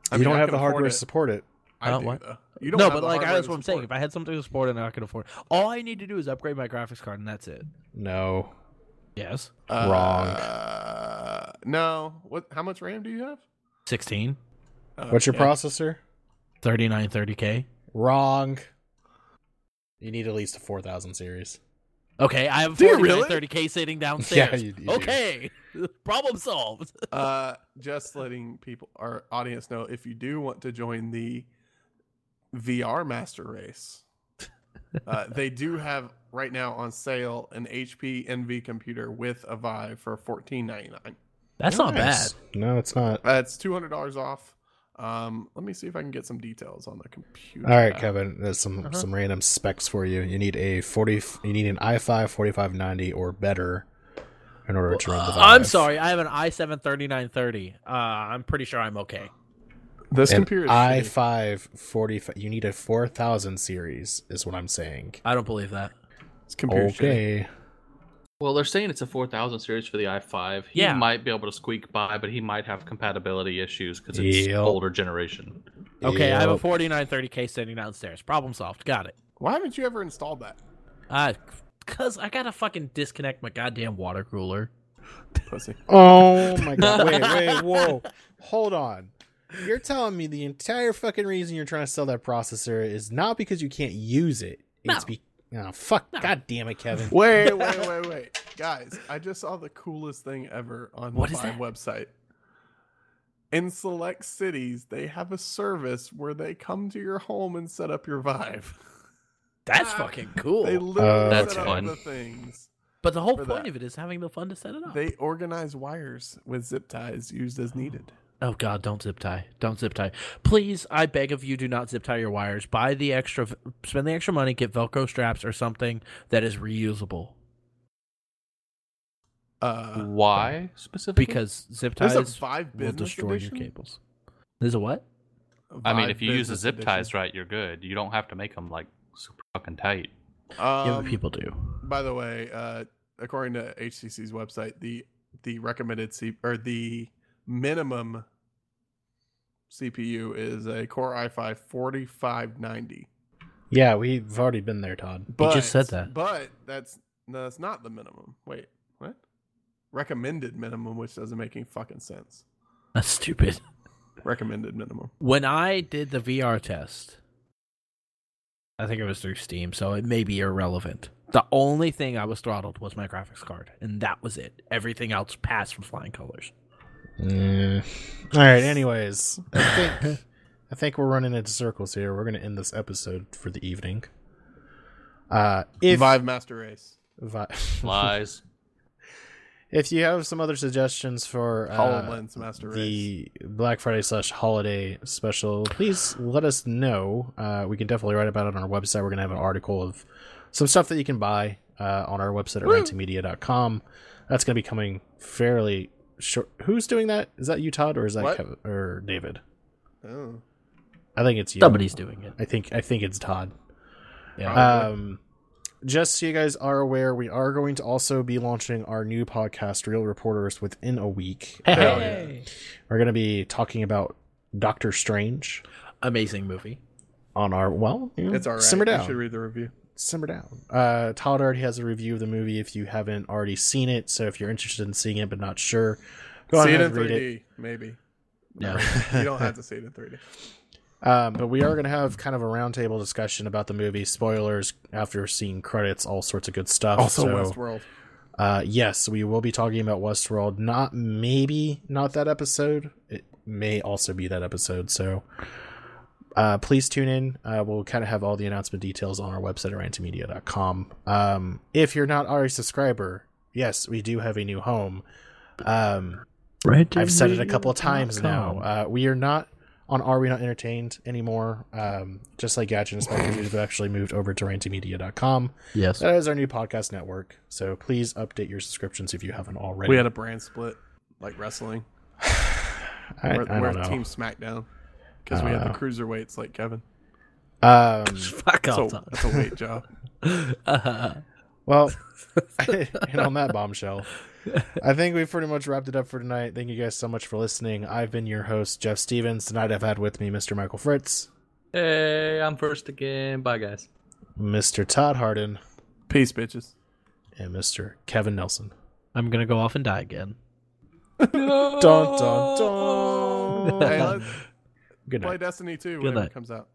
[SPEAKER 3] I
[SPEAKER 1] you
[SPEAKER 3] mean,
[SPEAKER 1] don't
[SPEAKER 3] I
[SPEAKER 1] have
[SPEAKER 3] can
[SPEAKER 1] the
[SPEAKER 3] afford
[SPEAKER 1] hardware
[SPEAKER 3] it.
[SPEAKER 1] to support it.
[SPEAKER 3] I
[SPEAKER 4] Uh,
[SPEAKER 3] do,
[SPEAKER 4] what?
[SPEAKER 3] though. You don't
[SPEAKER 4] No,
[SPEAKER 3] have
[SPEAKER 4] but
[SPEAKER 3] the
[SPEAKER 4] like
[SPEAKER 3] hardware
[SPEAKER 4] that's
[SPEAKER 3] to
[SPEAKER 4] what I'm saying.
[SPEAKER 3] support
[SPEAKER 4] If I had something to support it, I could afford. All I need to do is upgrade my graphics card, and that's it.
[SPEAKER 1] No.
[SPEAKER 4] Yes,
[SPEAKER 3] it.
[SPEAKER 1] Wrong.
[SPEAKER 3] Uh, no. What? How much RAM do you have?
[SPEAKER 4] 16,
[SPEAKER 1] What's your
[SPEAKER 3] Okay.
[SPEAKER 1] processor?
[SPEAKER 4] 39, 30k.
[SPEAKER 1] Wrong. You need at least a four thousand series.
[SPEAKER 4] Okay, I have
[SPEAKER 3] Do you
[SPEAKER 4] 49,
[SPEAKER 3] really?
[SPEAKER 4] 30k sitting downstairs.
[SPEAKER 1] you- you do.
[SPEAKER 4] okay, problem solved.
[SPEAKER 3] uh, just letting people our audience know if you do want to join the VR Master Race, uh, they do have right now on sale an HP NV computer with a Vive for fourteen ninety nine.
[SPEAKER 4] That's not bad.
[SPEAKER 1] Nice. No, it's not.
[SPEAKER 3] That's two hundred dollars off. Um, let me see if I can get some details on the computer.
[SPEAKER 1] All right, Kevin. There's some
[SPEAKER 4] Uh, Uh-huh.
[SPEAKER 1] some random specs for you. You need a forty. You need an i5 4590 or better in order to run the. Vive.
[SPEAKER 4] uh, I'm sorry, I have an i7 3930. Uh, I'm pretty sure I'm okay.
[SPEAKER 3] This
[SPEAKER 1] An
[SPEAKER 3] computer. Is shitty.
[SPEAKER 1] i5 45. You need a 4000 series, is what I'm saying.
[SPEAKER 4] I don't believe that.
[SPEAKER 3] This computer. is shitty.
[SPEAKER 1] Okay.
[SPEAKER 2] Well, they're saying it's a 4000 series for the i5. He
[SPEAKER 4] Yeah.
[SPEAKER 2] might be able to squeak by, but he might have compatibility issues because it's
[SPEAKER 1] Yep.
[SPEAKER 2] older generation.
[SPEAKER 4] Okay, I have a
[SPEAKER 1] Yep.
[SPEAKER 4] 49, 30k sitting downstairs. Problem solved. Got it.
[SPEAKER 3] Why haven't you ever installed that?
[SPEAKER 4] Uh, cause I gotta fucking disconnect my goddamn water cooler.
[SPEAKER 3] Pussy.
[SPEAKER 1] Oh my god. Wait, wait, whoa. Hold on. You're telling me the entire fucking reason you're trying to sell that processor is not because you can't use it. It's
[SPEAKER 4] No.
[SPEAKER 1] be oh, fuck god damn it, Kevin.
[SPEAKER 3] Wait, wait, wait, wait, guys! I just saw the coolest thing ever on
[SPEAKER 4] What
[SPEAKER 3] the
[SPEAKER 4] is
[SPEAKER 3] Vive
[SPEAKER 4] that?
[SPEAKER 3] website. In select cities, they have a service where they come to your home and set up your Vive.
[SPEAKER 4] That's
[SPEAKER 3] Ah,
[SPEAKER 4] fucking cool.
[SPEAKER 3] They literally
[SPEAKER 1] That's
[SPEAKER 3] set
[SPEAKER 2] Uh, fun.
[SPEAKER 3] up the things.
[SPEAKER 4] But the whole
[SPEAKER 3] for
[SPEAKER 4] point
[SPEAKER 3] that.
[SPEAKER 4] of it is having the fun to set it up.
[SPEAKER 3] They organize wires with zip ties used as needed.
[SPEAKER 4] oh God, don't zip tie. Don't zip tie. Please, I beg of you, do not zip tie your wires. Buy the extra, spend the extra money, get Velcro straps or something that is reusable.
[SPEAKER 3] Uh,
[SPEAKER 2] Why specifically?
[SPEAKER 4] Because zip
[SPEAKER 3] there's a
[SPEAKER 4] ties
[SPEAKER 3] Vive
[SPEAKER 4] will
[SPEAKER 3] business
[SPEAKER 4] destroy
[SPEAKER 3] edition?
[SPEAKER 4] your cables. There's a what?
[SPEAKER 3] A
[SPEAKER 2] I mean,
[SPEAKER 3] Vive
[SPEAKER 2] if you use the
[SPEAKER 3] business
[SPEAKER 2] zip ties
[SPEAKER 3] edition.
[SPEAKER 2] right, you're good. You don't have to make them like super fucking tight.
[SPEAKER 4] yeah,
[SPEAKER 3] Um,
[SPEAKER 4] but people do.
[SPEAKER 3] By the way, uh, according to HCC's website, the the recommended C- or the minimum CPU is a Core i5 4590.
[SPEAKER 1] Yeah, we've already been there, Todd.
[SPEAKER 3] But
[SPEAKER 4] just said that.
[SPEAKER 3] But that's no, that's not the minimum. Wait, what? Recommended minimum, which doesn't make any fucking sense.
[SPEAKER 4] That's stupid.
[SPEAKER 3] Recommended minimum.
[SPEAKER 4] When I did the VR test, I think it was through Steam, so it may be irrelevant. The only thing I was throttled was my graphics card, and that was it. Everything else passed with flying colors.
[SPEAKER 1] Mm. All right, anyways. I think I think we're running into circles here. We're going to end this episode for the evening. Uh if
[SPEAKER 3] Vive Master Race.
[SPEAKER 1] Vi-
[SPEAKER 2] Lies.
[SPEAKER 1] if you have some other suggestions for uh,
[SPEAKER 3] HoloLens Master Race.
[SPEAKER 1] the Black Friday slash holiday special, please let us know. Uh, we can definitely write about it on our website. We're gonna have an article of some stuff that you can buy. uh, on our website at
[SPEAKER 4] Woo!
[SPEAKER 1] rantingmedia.com. That's going to be coming fairly short. Who's doing that? Is that you, Todd, or is that
[SPEAKER 3] What?
[SPEAKER 1] Kevin, or David?
[SPEAKER 3] Oh.
[SPEAKER 1] I think it's you.
[SPEAKER 4] Somebody's doing it. Uh,
[SPEAKER 1] I think I think it's Todd.
[SPEAKER 4] Yeah.
[SPEAKER 1] Um, just so you guys are aware, we are going to also be launching our new podcast, Real Reporters, within a week.
[SPEAKER 4] Hey.
[SPEAKER 1] Um, We're going to be talking about Doctor Strange
[SPEAKER 4] Amazing movie.
[SPEAKER 1] on our well. you know,
[SPEAKER 3] It's all right.
[SPEAKER 1] Simmer
[SPEAKER 3] I should
[SPEAKER 1] down.
[SPEAKER 3] read the review.
[SPEAKER 1] simmer down. Uh, Todd already has a review of the movie. If you haven't already seen it, so if you're interested in seeing it but not sure, go
[SPEAKER 3] see
[SPEAKER 1] ahead
[SPEAKER 3] it in
[SPEAKER 1] and read
[SPEAKER 3] 3D,
[SPEAKER 1] it.
[SPEAKER 3] maybe.
[SPEAKER 4] No.
[SPEAKER 3] You don't have to see it in 3D.
[SPEAKER 1] Um, but we are going to have kind of a roundtable discussion about the movie, spoilers, after seeing credits, all sorts of good stuff.
[SPEAKER 3] Also,
[SPEAKER 1] so,
[SPEAKER 3] Westworld.
[SPEAKER 1] Uh, yes, we will be talking about Westworld. Not maybe not that episode. It may also be that episode. So uh, please tune in. Uh, we'll kind of have all the announcement details on our website at rantomedia.com. Um, if you're not already a subscriber, yes, we do have a new home. Um,
[SPEAKER 4] Right.
[SPEAKER 1] I've said it a couple of times now. Uh, we are not on Are We Not Entertained anymore. Um, just like Gadget and Spike, we've actually moved over to rantomedia.com.
[SPEAKER 4] yes.
[SPEAKER 1] That is our new podcast network. So please update your subscriptions if you haven't already.
[SPEAKER 3] We had a brand split, like wrestling.
[SPEAKER 1] I,
[SPEAKER 3] we're
[SPEAKER 1] I
[SPEAKER 3] we're
[SPEAKER 1] don't know. Uh.
[SPEAKER 3] Team SmackDown because
[SPEAKER 1] I
[SPEAKER 3] we
[SPEAKER 1] don't
[SPEAKER 3] had the
[SPEAKER 1] know.
[SPEAKER 3] cruiserweights like Kevin.
[SPEAKER 1] Um,
[SPEAKER 4] Fuck
[SPEAKER 3] So
[SPEAKER 4] off.
[SPEAKER 3] that's a weight job.
[SPEAKER 4] Tom.
[SPEAKER 1] well, and on that bombshell, I think we've pretty much wrapped it up for tonight. Thank you guys so much for listening. I've been your host, Jeff Stevens. Tonight I've had with me Mr. Michael Fritz,
[SPEAKER 2] Hey, I'm first again. Bye, guys.
[SPEAKER 1] Mr. Todd Harden,
[SPEAKER 3] Peace, bitches.
[SPEAKER 1] and Mr. Kevin Nelson.
[SPEAKER 4] I'm gonna go off and die again.
[SPEAKER 1] Dun, dun, dun.
[SPEAKER 3] Hey, let's
[SPEAKER 1] Good night.
[SPEAKER 3] play Destiny 2
[SPEAKER 4] Good
[SPEAKER 3] whenever
[SPEAKER 4] night.
[SPEAKER 3] it comes out.